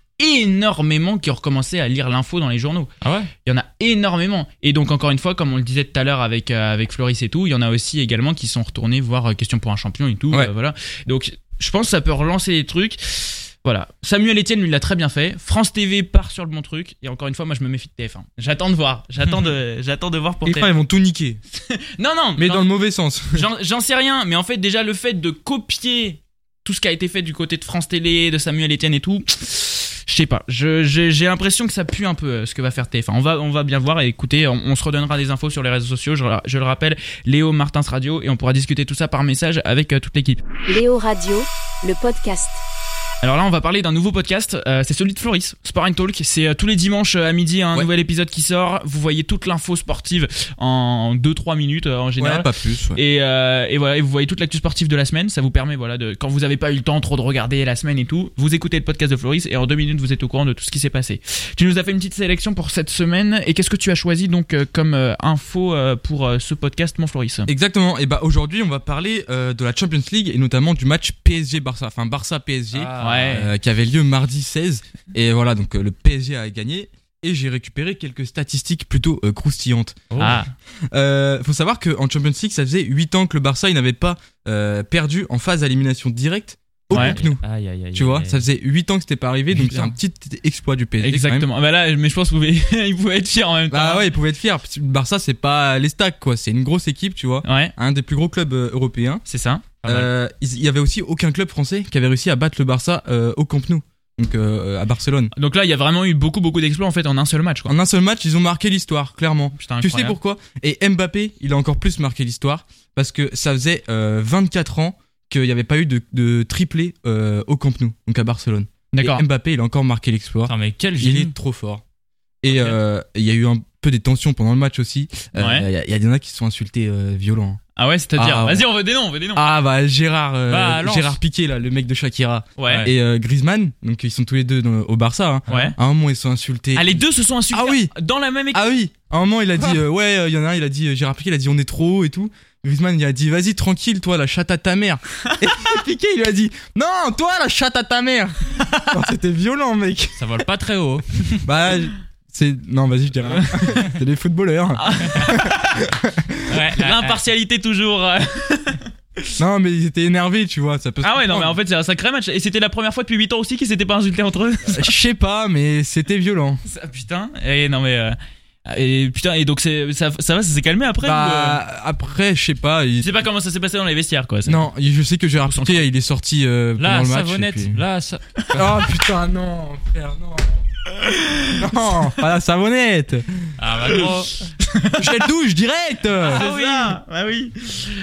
S2: énormément qui ont recommencé à lire l'info dans les journaux.
S5: Ah ouais
S2: Il y en a énormément. Et donc, encore une fois, comme on le disait tout à l'heure avec, euh, avec Floris et tout, il y en a aussi également qui sont retournés voir euh, Question pour un champion et tout.
S3: Ouais.
S2: euh, voilà. Donc, je pense que ça peut relancer les trucs. Voilà. Samuel Etienne, lui, l'a très bien fait. France TV part sur le bon truc. Et encore une fois, moi, je me méfie de TF1. J'attends de voir. J'attends de, <laughs> j'attends de voir pour
S3: Et
S2: TF1.
S3: ils vont tout niquer.
S2: Non, non,
S3: Mais
S2: j'en-
S3: dans le mauvais sens.
S2: j'en- j'en sais rien. Mais en fait, déjà, le fait de copier tout ce qui a été fait du côté de France Télé, de Samuel Etienne et tout, je sais pas. Je- J'ai j'ai l'impression que ça pue un peu euh, ce que va faire TF1. On va, on va bien voir. Et écoutez, on, on se redonnera des infos sur les réseaux sociaux. Je, je le rappelle, Léo Martins Radio. Et on pourra discuter tout ça par message avec euh, toute l'équipe.
S1: Léo Radio, le podcast.
S2: Alors là, on va parler d'un nouveau podcast. euh, c'est celui de Floris, Sport and Talk. C'est euh, tous les dimanches euh, à midi un
S3: Ouais.
S2: nouvel épisode qui sort. Vous voyez toute l'info sportive en 2-3 minutes euh, en général.
S3: pas plus. ouais.
S2: Et, euh, et voilà, et vous voyez toute l'actu sportive de la semaine. Ça vous permet, voilà, de quand vous n'avez pas eu le temps trop de regarder la semaine et tout, vous écoutez le podcast de Floris et en deux minutes vous êtes au courant de tout ce qui s'est passé. Tu nous as fait une petite sélection pour cette semaine et qu'est-ce que tu as choisi donc euh, comme euh, info euh, pour euh, ce podcast, mon Floris
S3: Exactement. Et bah aujourd'hui, on va parler euh, de la Champions League et notamment du match PSG-Barça. Enfin, Barça-PSG.
S5: Ah,
S2: ouais.
S3: euh, qui avait lieu mardi 16. Et voilà, donc euh, le PSG a gagné. Et j'ai récupéré quelques statistiques plutôt euh, croustillantes.
S5: Oh.
S2: Ah,
S3: Euh, faut savoir qu'en Champions League, ça faisait 8 ans que le Barça il n'avait pas euh, perdu en phase à élimination directe au
S2: Ouais. Ah,
S3: groupe nous.
S5: Aïe, aïe, aïe,
S3: Tu vois,
S5: aïe.
S3: ça faisait 8 ans que c'était pas arrivé, donc c'est
S2: Putain.
S3: un petit exploit du PSG. quand même.
S2: exactement. Bah là, mais je pense qu'il pouvait, <laughs> il pouvait être fier en même temps.
S3: Bah ouais, ils pouvaient être fiers. parce que Le Barça, c'est pas les stacks, quoi. C'est une grosse équipe, tu vois.
S2: Ouais,
S3: Un des plus gros clubs euh, européens.
S2: c'est ça.
S5: Pas mal.
S3: Euh, ils- il y avait aussi aucun club français qui avait réussi à battre le Barça euh, au Camp Nou, donc euh, à Barcelone.
S2: Donc là, il y a vraiment eu beaucoup, beaucoup d'exploits en fait en un seul match. Quoi.
S3: En un seul match, ils ont marqué l'histoire, clairement.
S2: Putain,
S3: Tu sais
S2: incroyable.
S3: pourquoi Et Mbappé, il a encore plus marqué l'histoire parce que ça faisait euh, 24 ans qu'il n'y avait pas eu de, de triplé euh, au Camp Nou, donc à Barcelone.
S2: D'accord.
S3: Et Mbappé, il a encore marqué l'exploit.
S5: Putain, mais quel
S3: Il
S5: génie.
S3: est trop fort. Et euh, il y a eu un peu des tensions pendant le match aussi. Euh,
S2: Ouais.
S3: Il y a- il y, a des gens qui se sont insultés euh, violents.
S2: Ah ouais, c'est-à-dire.
S3: Ah ouais.
S2: Vas-y, on veut des noms, on veut des noms.
S3: Ah bah Gérard, euh,
S5: Bah, Lens.
S3: Gérard Piqué là, le mec de Shakira,
S2: ouais.
S3: et euh, Griezmann, donc ils sont tous les deux dans- au Barça. hein.
S2: Ouais.
S3: À un moment ils se sont insultés.
S2: Ah, les deux se sont insultés
S3: Ah oui.
S2: dans la même équipe.
S3: Ah oui, à un moment il a dit euh, ouais, euh, il y en a un, il a dit euh, Gérard Piqué, il a dit on est trop haut et tout. Griezmann il a dit vas-y tranquille toi la chatte à
S2: <laughs>
S3: ta mère. et Piqué il lui a dit non toi la chatte à ta mère. <laughs> Non, C'était violent mec.
S5: Ça vole pas très haut.
S3: Bah c'est non vas-y je
S2: <laughs>
S3: dirais. rien. c'est des footballeurs.
S2: Ah.
S5: Ouais,
S2: L'impartialité toujours. euh.
S3: Non mais ils étaient énervés tu vois ça peut. se
S2: Ah ouais, non, mais en
S3: comprendre.
S2: fait, c'est un sacré match. Et c'était la première fois depuis 8 ans aussi qu'ils s'étaient pas insultés entre eux.
S3: je sais pas mais c'était violent.
S2: Ça, putain. Et non, mais. euh, Et putain, et donc c'est- ça, ça va, ça s'est calmé après ou, euh,
S3: Bah, après, je sais pas. il-
S2: Je sais pas comment ça s'est passé dans les vestiaires quoi. ça.
S3: Non, il- je sais que Gérard Piquet, il est sorti euh,
S5: Là,
S3: pendant le match.
S2: <laughs>
S5: savonnette.
S3: et puis-
S5: Là, ça...
S3: Oh putain, non, frère, non. Non, pas la savonnette.
S5: Ah bah gros.
S3: Je la douche direct.
S2: Ah oui, ah oui.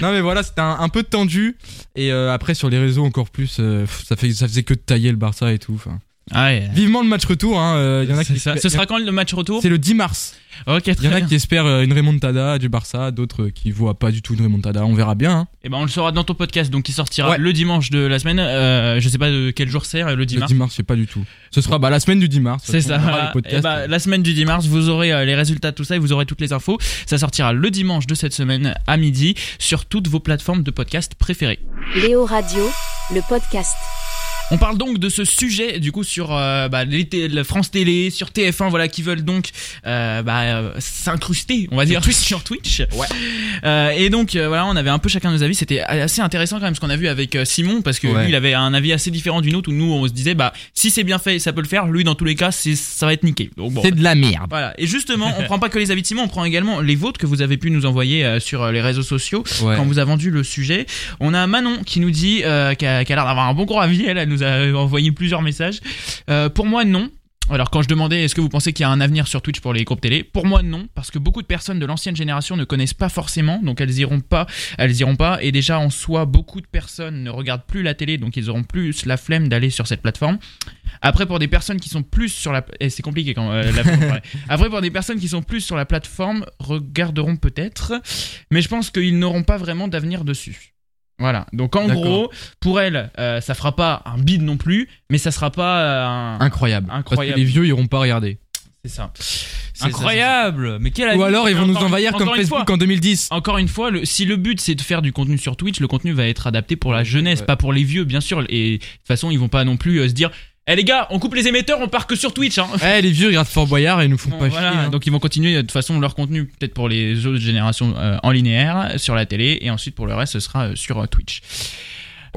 S3: Non mais voilà, c'était un, un peu tendu. Et euh, après sur les réseaux encore plus, euh, pff, ça, fait, ça faisait que de tailler le Barça et tout. enfin.
S2: Ah ouais.
S3: Vivement le match retour. Hein, euh, il y en a
S2: C'est
S3: qui
S2: ça. Ce sera quand le match retour
S3: C'est le 10 mars.
S2: Ok,
S3: Il y
S2: très
S3: en a
S2: bien.
S3: qui espèrent euh, une remontada du Barça, d'autres euh, qui voient pas du tout une remontada. On verra bien. hein.
S2: Et ben on le saura dans ton podcast, donc qui sortira
S3: Ouais.
S2: le dimanche de la semaine. Euh, je sais pas de quel jour c'est, euh, le
S3: Le
S2: dimanche.
S3: 10 mars, je sais pas du tout. Ce sera bah, la semaine du 10 mars.
S2: C'est ça.
S3: On verra
S2: voilà.
S3: les podcasts.
S2: Eh ben, la semaine du 10 mars, vous aurez euh, les résultats de tout ça et vous aurez toutes les infos. Ça sortira le dimanche de cette semaine à midi sur toutes vos plateformes de podcast préférées.
S1: Léo Radio, le podcast.
S2: On parle donc de ce sujet du coup sur euh, bah, les té- la France Télé, sur TF1, voilà qui veulent donc euh, bah, euh, s'incruster, on va dire <laughs> sur Twitch. Ouais. et donc euh, voilà, on avait un peu chacun nos avis. C'était assez intéressant quand même ce qu'on a vu avec euh, Simon parce que
S3: Ouais.
S2: lui il avait un avis assez différent du nôtre où nous on se disait bah si c'est bien fait ça peut le faire. Lui dans tous les cas c'est ça va être niqué. Donc bon.
S6: C'est de la merde.
S2: Voilà. Et justement, on prend pas que les avis de Simon, on prend également les vôtres que vous avez pu nous envoyer euh, sur euh, les réseaux sociaux
S3: Ouais.
S2: quand vous a vendu le sujet. On a Manon qui nous dit euh, qu'elle a, qu'elle a l'air d'avoir un bon gros avis. Elle, elle nous a envoyé plusieurs messages. Euh, pour moi, non. Alors quand je demandais est-ce que vous pensez qu'il y a un avenir sur Twitch pour les groupes télé, pour moi non, parce que beaucoup de personnes de l'ancienne génération ne connaissent pas forcément, donc elles iront pas, elles iront pas, et déjà en soi beaucoup de personnes ne regardent plus la télé, donc ils auront plus la flemme d'aller sur cette plateforme. Après pour des personnes qui sont plus sur la, eh, c'est compliqué quand euh, la- <laughs> ouais. après pour des personnes qui sont plus sur la plateforme regarderont peut-être, mais je pense qu'ils n'auront pas vraiment d'avenir dessus. Voilà. Donc en
S3: D'accord.
S2: gros, pour elle, euh, ça fera pas un bid non plus, mais ça sera pas euh, un.
S3: Incroyable. Parce
S2: Incroyable.
S3: que les vieux iront pas regarder.
S2: C'est ça. C'est
S5: Incroyable. Mais quel avis
S3: Ou alors ils vont nous
S2: Encore-
S3: envahir comme
S2: encore une
S3: Facebook
S2: fois.
S3: en 2010.
S2: ça. Encore une fois, le- si le but c'est de faire du contenu sur Twitch, le contenu va être adapté pour la jeunesse,
S3: Ouais.
S2: pas pour les vieux, bien sûr. Et de toute façon, ils vont pas non plus euh, se dire. Eh les gars, on coupe les émetteurs, on part que sur Twitch.
S3: <laughs>
S2: Hein.
S3: Eh, les vieux ils regardent Fort Boyard et ils nous font
S2: Bon,
S3: pas
S2: voilà,
S3: chier. hein.
S2: donc ils vont continuer euh, de toute façon leur contenu peut-être pour les autres générations euh, en linéaire euh, sur la télé et ensuite pour le reste ce sera euh, sur euh, Twitch.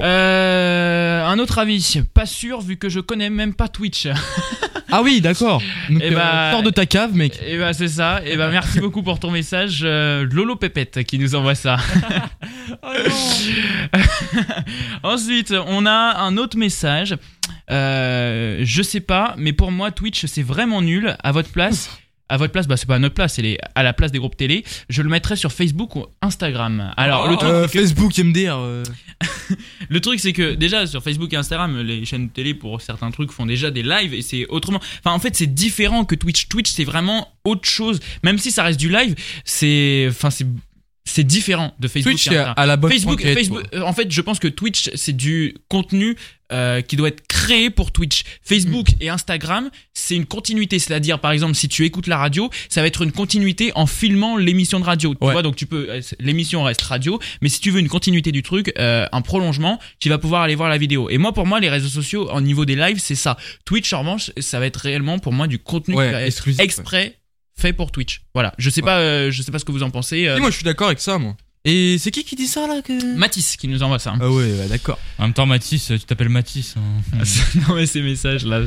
S2: Euh, un autre avis, pas sûr vu que je connais même pas Twitch.
S3: Ah oui, d'accord. Donc,
S2: Eh bah-
S3: euh, Sors de ta cave, mec.
S2: et bah c'est ça. Et bah merci beaucoup pour ton message, euh, Lolo Pépette qui nous envoie ça. <laughs> Ensuite, on a un autre message. Euh, je sais pas, mais pour moi, Twitch, c'est vraiment nul. À votre place, à votre place, bah, c'est pas à notre place, c'est les- à la place des groupes télé. Je le mettrais sur Facebook ou Instagram. Alors, le, truc,
S3: Euh, Facebook MDR. euh,
S2: le truc, c'est que déjà, sur Facebook et Instagram, les chaînes télé, pour certains trucs, font déjà des lives et c'est autrement. Enfin, en fait, c'est différent que Twitch. Twitch, c'est vraiment autre chose. Même si ça reste du live, c'est. Enfin, c'est. C'est différent de Facebook.
S3: Twitch
S2: et
S3: est
S2: Instagram.
S3: à, à la bonne
S2: Facebook,
S3: franquette,
S2: Facebook-
S3: quoi.
S2: euh, en fait, je pense que Twitch, c'est du contenu euh, qui doit être créé pour Twitch.
S3: Hmm.
S2: Facebook et Instagram, c'est une continuité. C'est-à-dire, par exemple, si tu écoutes la radio, ça va être une continuité en filmant l'émission de radio. Tu
S3: Ouais.
S2: vois, donc tu peux, euh, c'est- l'émission reste radio, mais si tu veux une continuité du truc, euh, un prolongement, tu vas pouvoir aller voir la vidéo. Et moi, pour moi, les réseaux sociaux, en niveau des lives, c'est ça. Twitch, en revanche, ça va être réellement pour moi du contenu
S3: Ouais,
S2: qui va être
S3: exclusif, ouais.
S2: exprès. Fait pour Twitch. Voilà. Je sais
S3: Ouais.
S2: pas, euh, je sais pas ce que vous en pensez. euh,
S3: Et moi, je suis d'accord avec ça, moi. Et c'est qui qui dit ça là que
S2: Mathis qui nous envoie ça.
S3: Ah ouais, bah, d'accord.
S5: En même temps, Matisse, tu t'appelles Matisse. hein.
S2: Ah, <laughs> non mais ces messages là.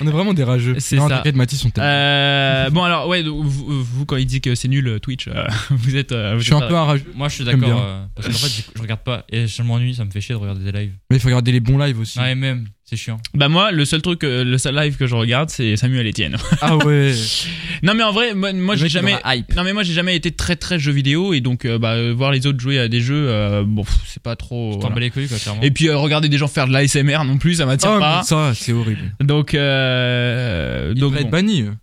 S3: On est vraiment des rageux.
S2: C'est
S3: non,
S2: ça. Euh,
S3: t'inquiète, Mathis, on t'aime.
S2: bon alors ouais donc, vous, vous, quand il dit que c'est nul euh, Twitch, euh, <laughs> vous êtes. euh, vous
S3: je suis
S2: êtes
S3: un peu un rageux.
S5: <laughs> Moi, je suis
S3: J'aime
S5: d'accord.
S3: bien.
S5: euh, parce qu'en fait, je- je regarde pas. Et je m'ennuie, ça me fait chier de regarder des lives.
S3: Mais il faut regarder les bons lives aussi.
S5: Ouais, même, c'est chiant.
S2: Bah moi le seul truc, euh, le seul live que je regarde c'est Samuel Etienne. <laughs>
S3: Ah ouais.
S2: non mais en vrai moi, moi, j'ai
S6: Le mec est dans
S2: jamais.
S6: la hype.
S2: Non mais moi j'ai jamais été très très jeu vidéo et donc euh, bah, euh, voir les autres jouer à des jeux euh, bon pff, c'est pas trop.
S5: Je t'en
S2: voilà.
S5: bats les couilles, quoi, clairement.
S2: Et puis euh, regarder des gens faire de l'ASMR non plus ça m'attire
S3: Oh,
S2: pas.
S3: mais ça, c'est horrible.
S2: Donc euh,
S3: Il
S2: donc
S3: va
S2: bon.
S3: être banni. eux.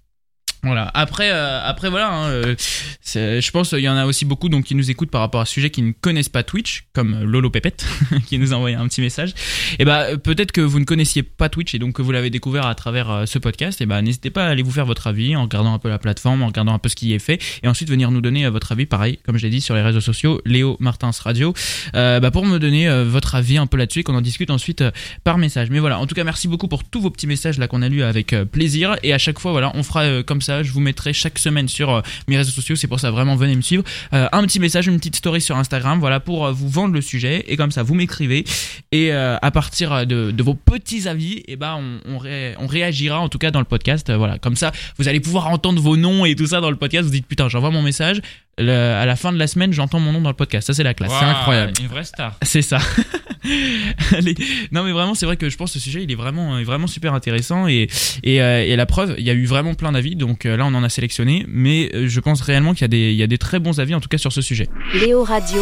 S2: Voilà. Après, euh, après voilà. hein, euh, c'est- je pense qu'il y en a aussi beaucoup donc qui nous écoutent par rapport à ce sujet qui ne connaissent pas Twitch, comme euh, Lolo Pépette <laughs> qui nous a envoyé un petit message. Et bah euh, peut-être que vous ne connaissiez pas Twitch et donc que vous l'avez découvert à travers euh, ce podcast. Et bah n'hésitez pas à aller vous faire votre avis en regardant un peu la plateforme, en regardant un peu ce qui y est fait, et ensuite venir nous donner euh, votre avis. Pareil, comme je l'ai dit sur les réseaux sociaux, Léo Martins Radio, euh, bah, pour me donner euh, votre avis un peu là-dessus, et qu'on en discute ensuite euh, par message. Mais voilà, en tout cas merci beaucoup pour tous vos petits messages là qu'on a lus avec euh, plaisir. Et à chaque fois voilà, on fera euh, comme ça ça. Je vous mettrai chaque semaine sur euh, mes réseaux sociaux. C'est pour ça, vraiment, venez me suivre. Euh, un petit message, une petite story sur Instagram, voilà, pour euh, vous vendre le sujet. Et comme ça, vous m'écrivez. Et euh, à partir de, de vos petits avis, et ben, on, on, ré- on réagira en tout cas dans le podcast. Euh, voilà, comme ça, vous allez pouvoir entendre vos noms et tout ça dans le podcast. Vous dites putain, j'envoie mon message. Le- à la fin de la semaine, j'entends mon nom dans le podcast. Ça, c'est la classe. C'est
S5: Waouh,
S2: incroyable.
S5: Une vraie star.
S2: C'est ça. <laughs> Allez. Non mais vraiment, c'est vrai que je pense que ce sujet, il est vraiment, il est vraiment super intéressant et, et, euh, et la preuve, il y a eu vraiment plein d'avis, donc euh, là on en a sélectionné, mais euh, je pense réellement qu'il y, a des- il y a des très bons avis en tout cas sur ce sujet.
S1: Léo Radio,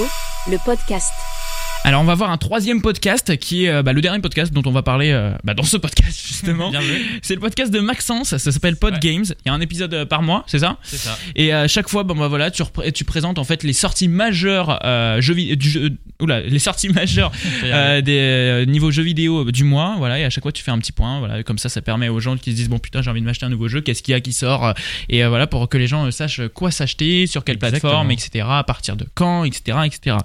S1: le podcast.
S2: Alors on va voir un troisième podcast qui est euh, bah, le dernier podcast dont on va parler euh, bah, dans ce podcast <laughs> justement.
S5: Bien joué.
S2: c'est le podcast de Maxence, ça s'appelle Pod
S5: Ouais.
S2: Games, il y a un épisode euh, par mois, c'est ça
S5: C'est ça.
S2: et à chaque fois, bon, bah, voilà, tu, repré- tu présentes en fait les sorties majeures euh, jeux vi- du jeu- oula, les sorties <laughs> majeures euh, des euh, niveaux jeux vidéo euh, du mois. Voilà, et à chaque fois, tu fais un petit point. Voilà, comme ça, ça permet aux gens qui se disent bon putain, j'ai envie de m'acheter un nouveau jeu. Qu'est-ce qu'il y a qui sort euh, Et euh, voilà, pour que les gens euh, sachent quoi s'acheter, sur quelle plateforme, etc. À partir de quand, etc., etc.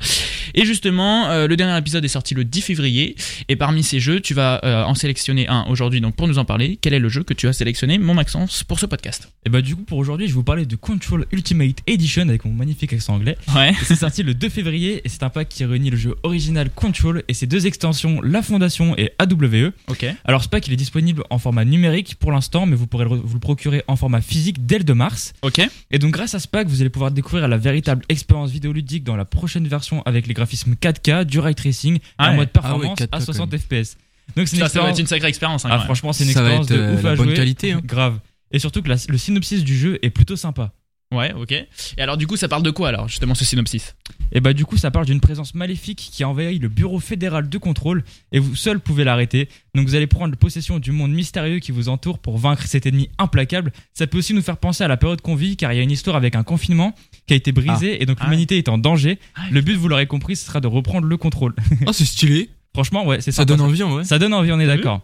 S2: Et justement, euh, le dernier épisode est sorti le 10 février. Et parmi ces jeux, tu vas euh, en sélectionner un aujourd'hui. Donc pour nous en parler, quel est le jeu que tu as sélectionné, mon Maxence, pour ce podcast
S5: Et bah, du coup, pour aujourd'hui, je vais vous parler de Control Ultimate Edition avec mon magnifique accent anglais.
S2: Ouais.
S5: Et C'est sorti le 2 février et c'est un pack qui réunit le jeu original Control et ses deux extensions La Fondation et AWE.
S2: Ok.
S5: Alors ce pack il est disponible en format numérique pour l'instant mais vous pourrez le re- vous le procurer en format physique dès le 2 mars.
S2: Ok.
S5: Et donc grâce à ce pack vous allez pouvoir découvrir la véritable expérience vidéoludique dans la prochaine version avec les graphismes 4K, du ray tracing et
S2: Ah
S5: un
S2: ouais.
S5: mode performance
S3: Ah ouais, 4K
S5: à 60 fps. Donc
S2: Ça,
S5: c'est une
S2: ça va
S5: expérience...
S2: être une sacrée expérience. hein,
S5: Ah,
S2: quand même.
S5: franchement c'est une
S3: Ça va
S5: expérience
S3: être,
S5: de
S3: euh,
S5: ouf
S3: la
S5: à
S3: bonne
S5: jouer.
S3: qualité, hein.
S5: Grave. Et surtout que la- le synopsis du jeu est plutôt sympa.
S2: Ouais, ok. Et alors, du coup, ça parle de quoi alors, justement, ce synopsis
S5: Et bah du coup ça parle d'une présence maléfique qui a envahi le bureau fédéral de contrôle et vous seul pouvez l'arrêter. Donc vous allez prendre possession du monde mystérieux qui vous entoure pour vaincre cet ennemi implacable. Ça peut aussi nous faire penser à la période qu'on vit car il y a une histoire avec un confinement qui a été brisé et donc
S2: Ah.
S5: l'humanité est en danger.
S2: Ah.
S5: Le but vous l'aurez compris ce sera de reprendre le contrôle. <laughs>
S3: Oh, c'est stylé.
S5: Franchement ouais c'est
S3: Ça
S2: Ah,
S5: sympa,
S3: donne envie en vrai.
S5: ça donne envie, on est
S2: T'as vu
S5: d'accord.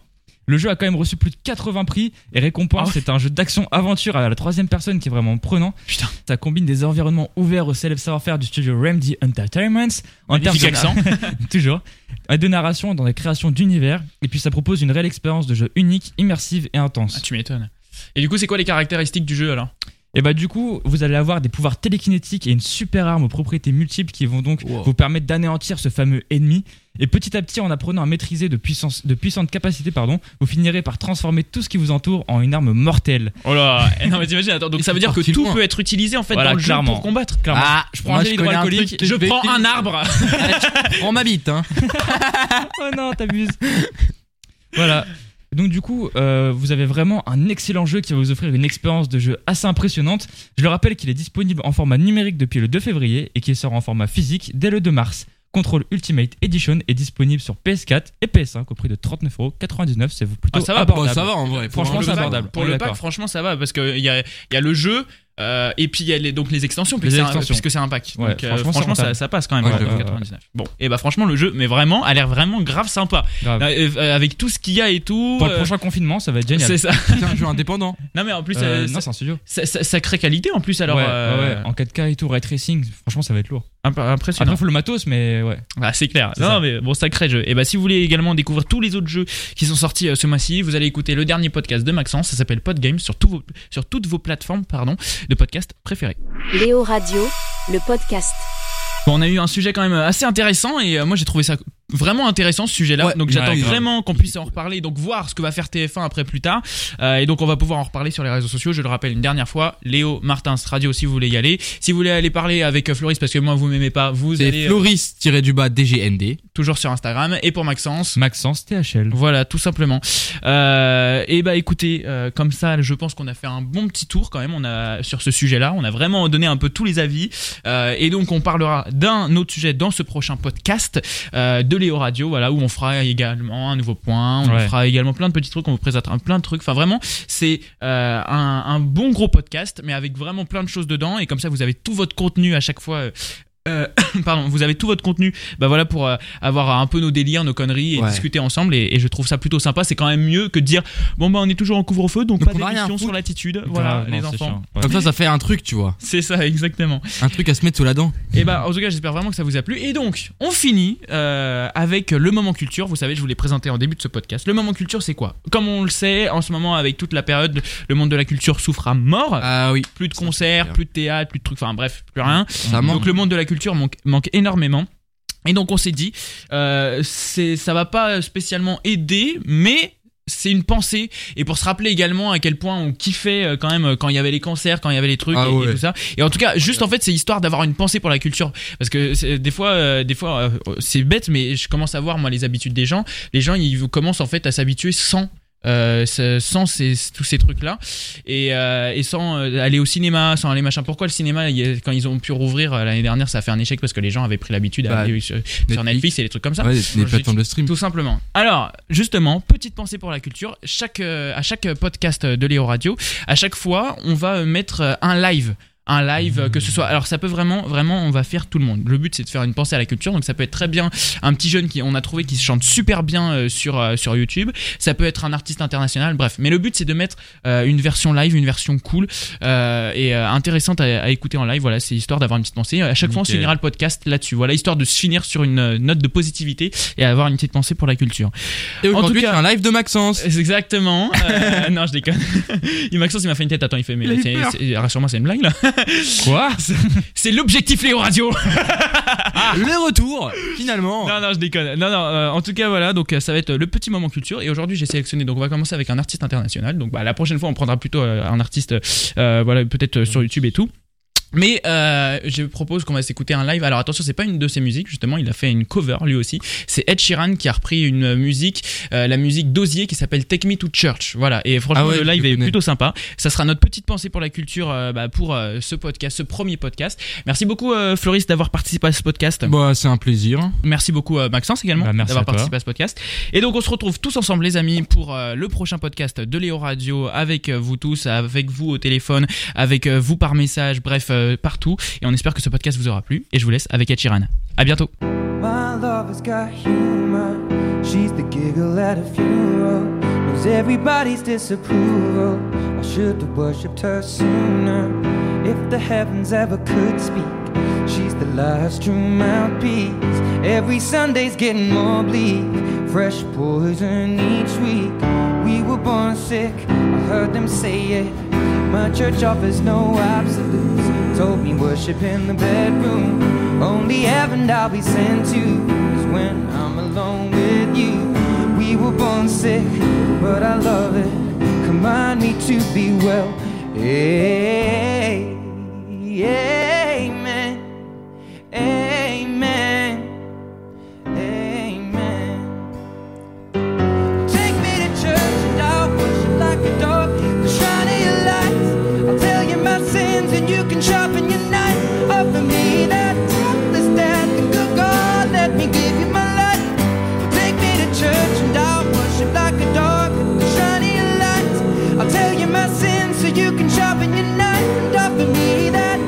S5: Le jeu a quand même reçu plus de 80 prix et récompenses.
S2: Ah ouais.
S5: C'est un jeu d'action-aventure à la troisième personne qui est vraiment prenant.
S2: Putain.
S5: Ça combine des environnements ouverts au célèbre savoir-faire du studio Remedy Entertainment. En termes
S2: Magnifique
S5: de-
S2: accent.
S5: <laughs> toujours. Et De narration dans des créations d'univers. Et puis ça propose une réelle expérience de jeu unique, immersive et intense.
S2: Ah, tu m'étonnes. Et du coup, c'est quoi les caractéristiques du jeu alors
S5: Et bah du coup, vous allez avoir des pouvoirs télékinétiques et une super arme aux propriétés multiples qui vont donc
S3: Wow.
S5: vous permettre d'anéantir ce fameux ennemi. Et petit à petit, en apprenant à maîtriser de, puissance, de puissantes capacités, pardon, vous finirez par transformer tout ce qui vous entoure en une arme mortelle.
S2: Oh là Eh Non, mais t'imagines, attends, donc ça veut dire que
S3: Parti
S2: tout
S3: loin.
S2: peut être utilisé en fait
S5: Voilà,
S2: dans le jeu
S5: clairement.
S2: pour combattre.
S5: Clairement,
S3: Ah,
S5: je prends
S3: moi,
S5: un
S3: je
S5: gel
S3: connais un
S5: hydroalcoolique.
S3: truc
S2: Je
S3: vais
S2: prends un
S3: utiliser. <laughs>
S2: arbre
S3: Prends ma bite, hein.
S5: oh non, t'abuses. <laughs> voilà. Donc du coup, euh, vous avez vraiment un excellent jeu qui va vous offrir une expérience de jeu assez impressionnante. Je le rappelle qu'il est disponible en format numérique depuis le 2 février et qu'il sort en format physique dès le 2 mars. Control Ultimate Edition est disponible sur PS4 et PS5 au prix de 39,99€. C'est vous plutôt
S2: Ah, ça va,
S5: abordable.
S3: Bon, ça va en vrai.
S2: Pour
S5: Franchement,
S2: le
S5: c'est
S2: pack-
S5: abordable.
S2: Pour
S5: On est
S2: le pack,
S5: d'accord.
S2: franchement, ça va parce qu'il y a, il y a le jeu euh, et puis il y a les, donc les extensions, puisque
S5: Les
S2: c'est un-
S5: extensions.
S2: puisque c'est un pack.
S5: Ouais,
S2: donc, euh,
S5: franchement,
S2: franchement,
S5: c'est
S2: ça,
S5: rentable.
S2: ça passe quand même.
S3: Ouais,
S2: euh,
S3: j'avoue.
S2: 99. Bon, et bah franchement, le jeu, mais vraiment, a l'air vraiment grave sympa.
S5: Grave.
S2: Euh, euh, Avec tout ce qu'il y a et tout.
S5: Pour le
S2: euh,
S5: prochain confinement, ça va être génial.
S2: c'est ça.
S3: C'est un jeu indépendant.
S2: Non, mais en plus,
S5: Euh,
S2: euh,
S5: non,
S2: ça-
S5: c'est un studio.
S2: Ça- ça- Sacrée qualité en plus alors
S5: Ouais,
S2: euh,
S5: ouais, ouais. en 4K et tout, ray tracing, franchement, ça va être lourd.
S2: imp- impressionnant
S5: Après, faut le matos, mais ouais.
S2: Ah, c'est clair
S5: C'est
S2: non
S5: ça.
S2: mais bon sacré jeu et bah si vous voulez également découvrir tous les autres jeux qui sont sortis euh, ce mois-ci vous allez écouter le dernier podcast de Maxence ça s'appelle Podgame sur, tous vos- sur toutes vos plateformes pardon de podcast préférées
S1: Léo Radio, le podcast.
S2: bon on a eu un sujet quand même assez intéressant et euh, moi j'ai trouvé ça vraiment intéressant ce sujet là
S3: Ouais,
S2: donc
S3: ouais,
S2: j'attends
S3: grave.
S2: vraiment qu'on puisse en reparler donc voir ce que va faire TF1 après plus tard Euh, et donc on va pouvoir en reparler sur les réseaux sociaux je le rappelle une dernière fois Léo Martins Radio si vous voulez y aller si vous voulez aller parler avec euh, Floris parce que moi vous m'aimez pas vous allez
S3: C'est
S2: euh,
S3: Floris tiré du bas DGND.
S2: toujours sur Instagram et pour Maxence.
S5: Maxence THL.
S2: Voilà, tout simplement. Euh, et bah écoutez, euh, comme ça, je pense qu'on a fait un bon petit tour quand même. On a sur ce sujet-là, on a vraiment donné un peu tous les avis. Euh, et donc on parlera d'un autre sujet dans ce prochain podcast euh, de Léo Radio, voilà où on fera également un nouveau point, on
S5: Ouais.
S2: fera également plein de petits trucs, on vous présentera plein de trucs. Enfin vraiment, c'est euh, un, un bon gros podcast, mais avec vraiment plein de choses dedans. Et comme ça, vous avez tout votre contenu à chaque fois. euh, euh, <coughs> pardon, vous avez tout votre contenu. Bah voilà pour euh, avoir un peu nos délires, nos conneries et
S3: Ouais.
S2: discuter ensemble. Et, et je trouve ça plutôt sympa. C'est quand même mieux que de dire bon bah on est toujours en couvre-feu donc,
S3: Donc
S2: pas
S3: on va rien
S2: d'émission
S3: foutre.
S2: sur l'attitude. Voilà
S5: Ah, non,
S2: les
S5: c'est
S2: enfants.
S5: chiant. Ouais.
S3: Comme ça, ça fait un truc, tu vois.
S2: C'est ça exactement.
S3: Un truc à se mettre sous la dent.
S2: Et bah en tout cas j'espère vraiment que ça vous a plu. Et donc on finit euh, avec le moment culture. Vous savez je vous l'ai présenté en début de ce podcast. Le moment culture c'est quoi Comme on le sait en ce moment avec toute la période le monde de la culture souffre à mort.
S3: Ah oui,
S2: plus de
S3: fait
S2: concerts,
S3: peur.
S2: plus de théâtre, plus de trucs, enfin bref plus rien.
S3: ça manque.
S2: Donc le monde de la culture manque, manque énormément. Et donc on s'est dit, euh, c'est- ça va pas spécialement aider, mais c'est une pensée. Et pour se rappeler également à quel point on kiffait euh, quand même euh, quand il y avait les concerts, quand il y avait les trucs
S3: Ah
S2: et, et
S3: ouais. Ah
S2: tout ça. Et en tout cas, juste en fait, c'est histoire d'avoir une pensée pour la culture. Parce que c'est- des fois, euh, des fois, euh, c'est bête, mais je commence à voir moi les habitudes des gens. Les gens, ils commencent en fait à s'habituer sans. euh, ce- sans ces- tous ces trucs là et, euh, et sans euh, aller au cinéma, sans aller machin. Pourquoi le cinéma, il y a- quand ils ont pu rouvrir euh, l'année dernière, ça a fait un échec parce que les gens avaient pris l'habitude
S3: Bah,
S2: d'aller sur, sur Netflix. et des trucs comme ça.
S3: Ouais, les, les plateformes de stream.
S2: Tout simplement. Alors, justement, petite pensée pour la culture. Chaque, euh, à chaque podcast de Léo Radio, à chaque fois, on va euh, mettre euh, un live. Un live, euh, que ce soit. Alors, ça peut vraiment, vraiment, on va faire tout le monde. Le but, c'est de faire une pensée à la culture. Donc, ça peut être très bien un petit jeune qui on a trouvé qui chante super bien euh, sur, euh, sur YouTube. Ça peut être un artiste international. Bref. Mais le but, c'est de mettre euh, une version live, une version cool euh, et euh, intéressante à, à écouter en live. Voilà, c'est histoire d'avoir une petite pensée. À chaque fois, on
S4: Nickel.
S2: finira le podcast là-dessus. Voilà, histoire de se finir sur une euh, note de positivité et avoir une petite pensée pour la culture.
S3: Et
S2: tout
S3: aujourd'hui, c'est
S2: cas-
S3: un live de Maxence.
S2: C'est <laughs> Exactement. Euh, non, je déconne. Il Maxence, il m'a fait une tête. Attends, il fait. Mais c'est- c'est- rassure-moi, c'est une blague là.
S5: Quoi
S2: C'est l'objectif Léo Radio. Ah.
S3: Le retour, finalement.
S2: Non, non, je déconne. Non, non. euh, en tout cas, voilà. Donc, euh, ça va être le petit moment culture. Et aujourd'hui, j'ai sélectionné. Donc, on va commencer avec un artiste international. Donc, bah, la prochaine fois, on prendra plutôt euh, un artiste. euh, voilà, peut-être euh, sur YouTube et tout. Mais euh, je propose qu'on va s'écouter un live. Alors attention, c'est pas une de ses musiques justement. Il a fait une cover lui aussi. C'est Ed Sheeran qui a repris une euh, musique, euh, la musique d'Osier qui s'appelle Take Me to Church. Voilà. Et franchement,
S3: Ah ouais,
S2: le live
S3: je
S2: est
S3: connais.
S2: plutôt sympa. Ça sera notre petite pensée pour la culture euh, bah, pour euh, ce podcast, ce premier podcast. Merci beaucoup euh, Floris d'avoir participé à ce podcast.
S3: Bah, c'est un plaisir.
S2: Merci beaucoup euh, Maxence également
S5: Bah, merci
S2: d'avoir
S5: à toi.
S2: participé à ce podcast. Et donc on se retrouve tous ensemble les amis pour euh, le prochain podcast de Léo Radio avec euh, vous tous, avec vous au téléphone, avec euh, vous par message, bref euh, partout. Et on espère que ce podcast vous aura plu. Et je vous laisse avec Ed Sheeran. À bientôt.
S7: My lover's got humor. She's the giggle at a funeral. Knows everybody's disapproval. I should have worshipped her sooner. If the heavens ever could speak, she's the life's true mouthpiece. Every Sunday's getting more bleak. Fresh poison each week. We were born sick. I heard them say it. My church offers no absolutes. Told me worship in the bedroom. Only heaven I'll be sent to is when I'm alone with you. We were born sick, but I love it. Command me to be well. Hey, amen. Amen. Amen. Take me to church and I'll worship like a dog. The shine of your lights. I'll tell you my sins and you can sharpen your knife. Offer me that deathless death and good God, let me give you my life. Take me to church and I'll worship like a dog. The shine of your lights. I'll tell you my sins so you can sharpen your knife. And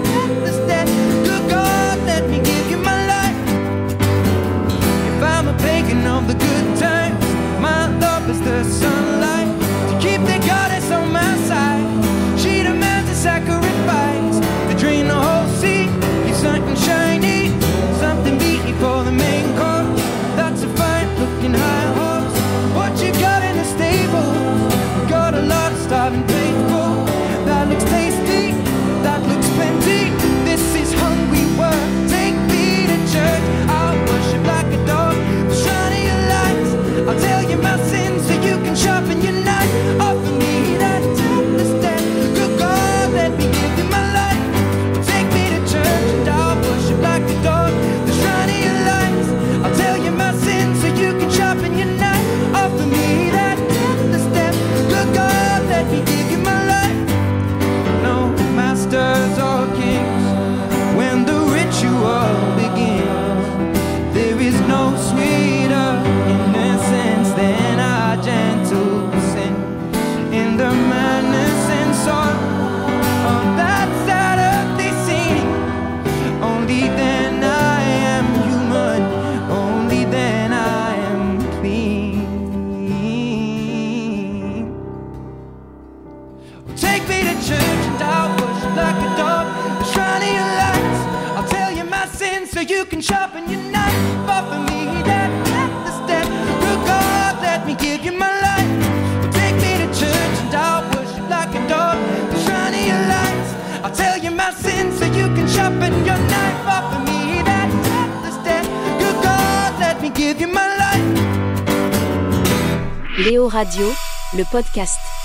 S7: you can sharpen your knife. But for me, that that's the step. Good God, let me give you my life. Well, take me to church and I'll worship like a dog. Shine your lights. I'll tell you my sins so you can sharpen your knife. But for me, that that's the step. Good God, let me give you my life.
S1: Léo Radio, le podcast.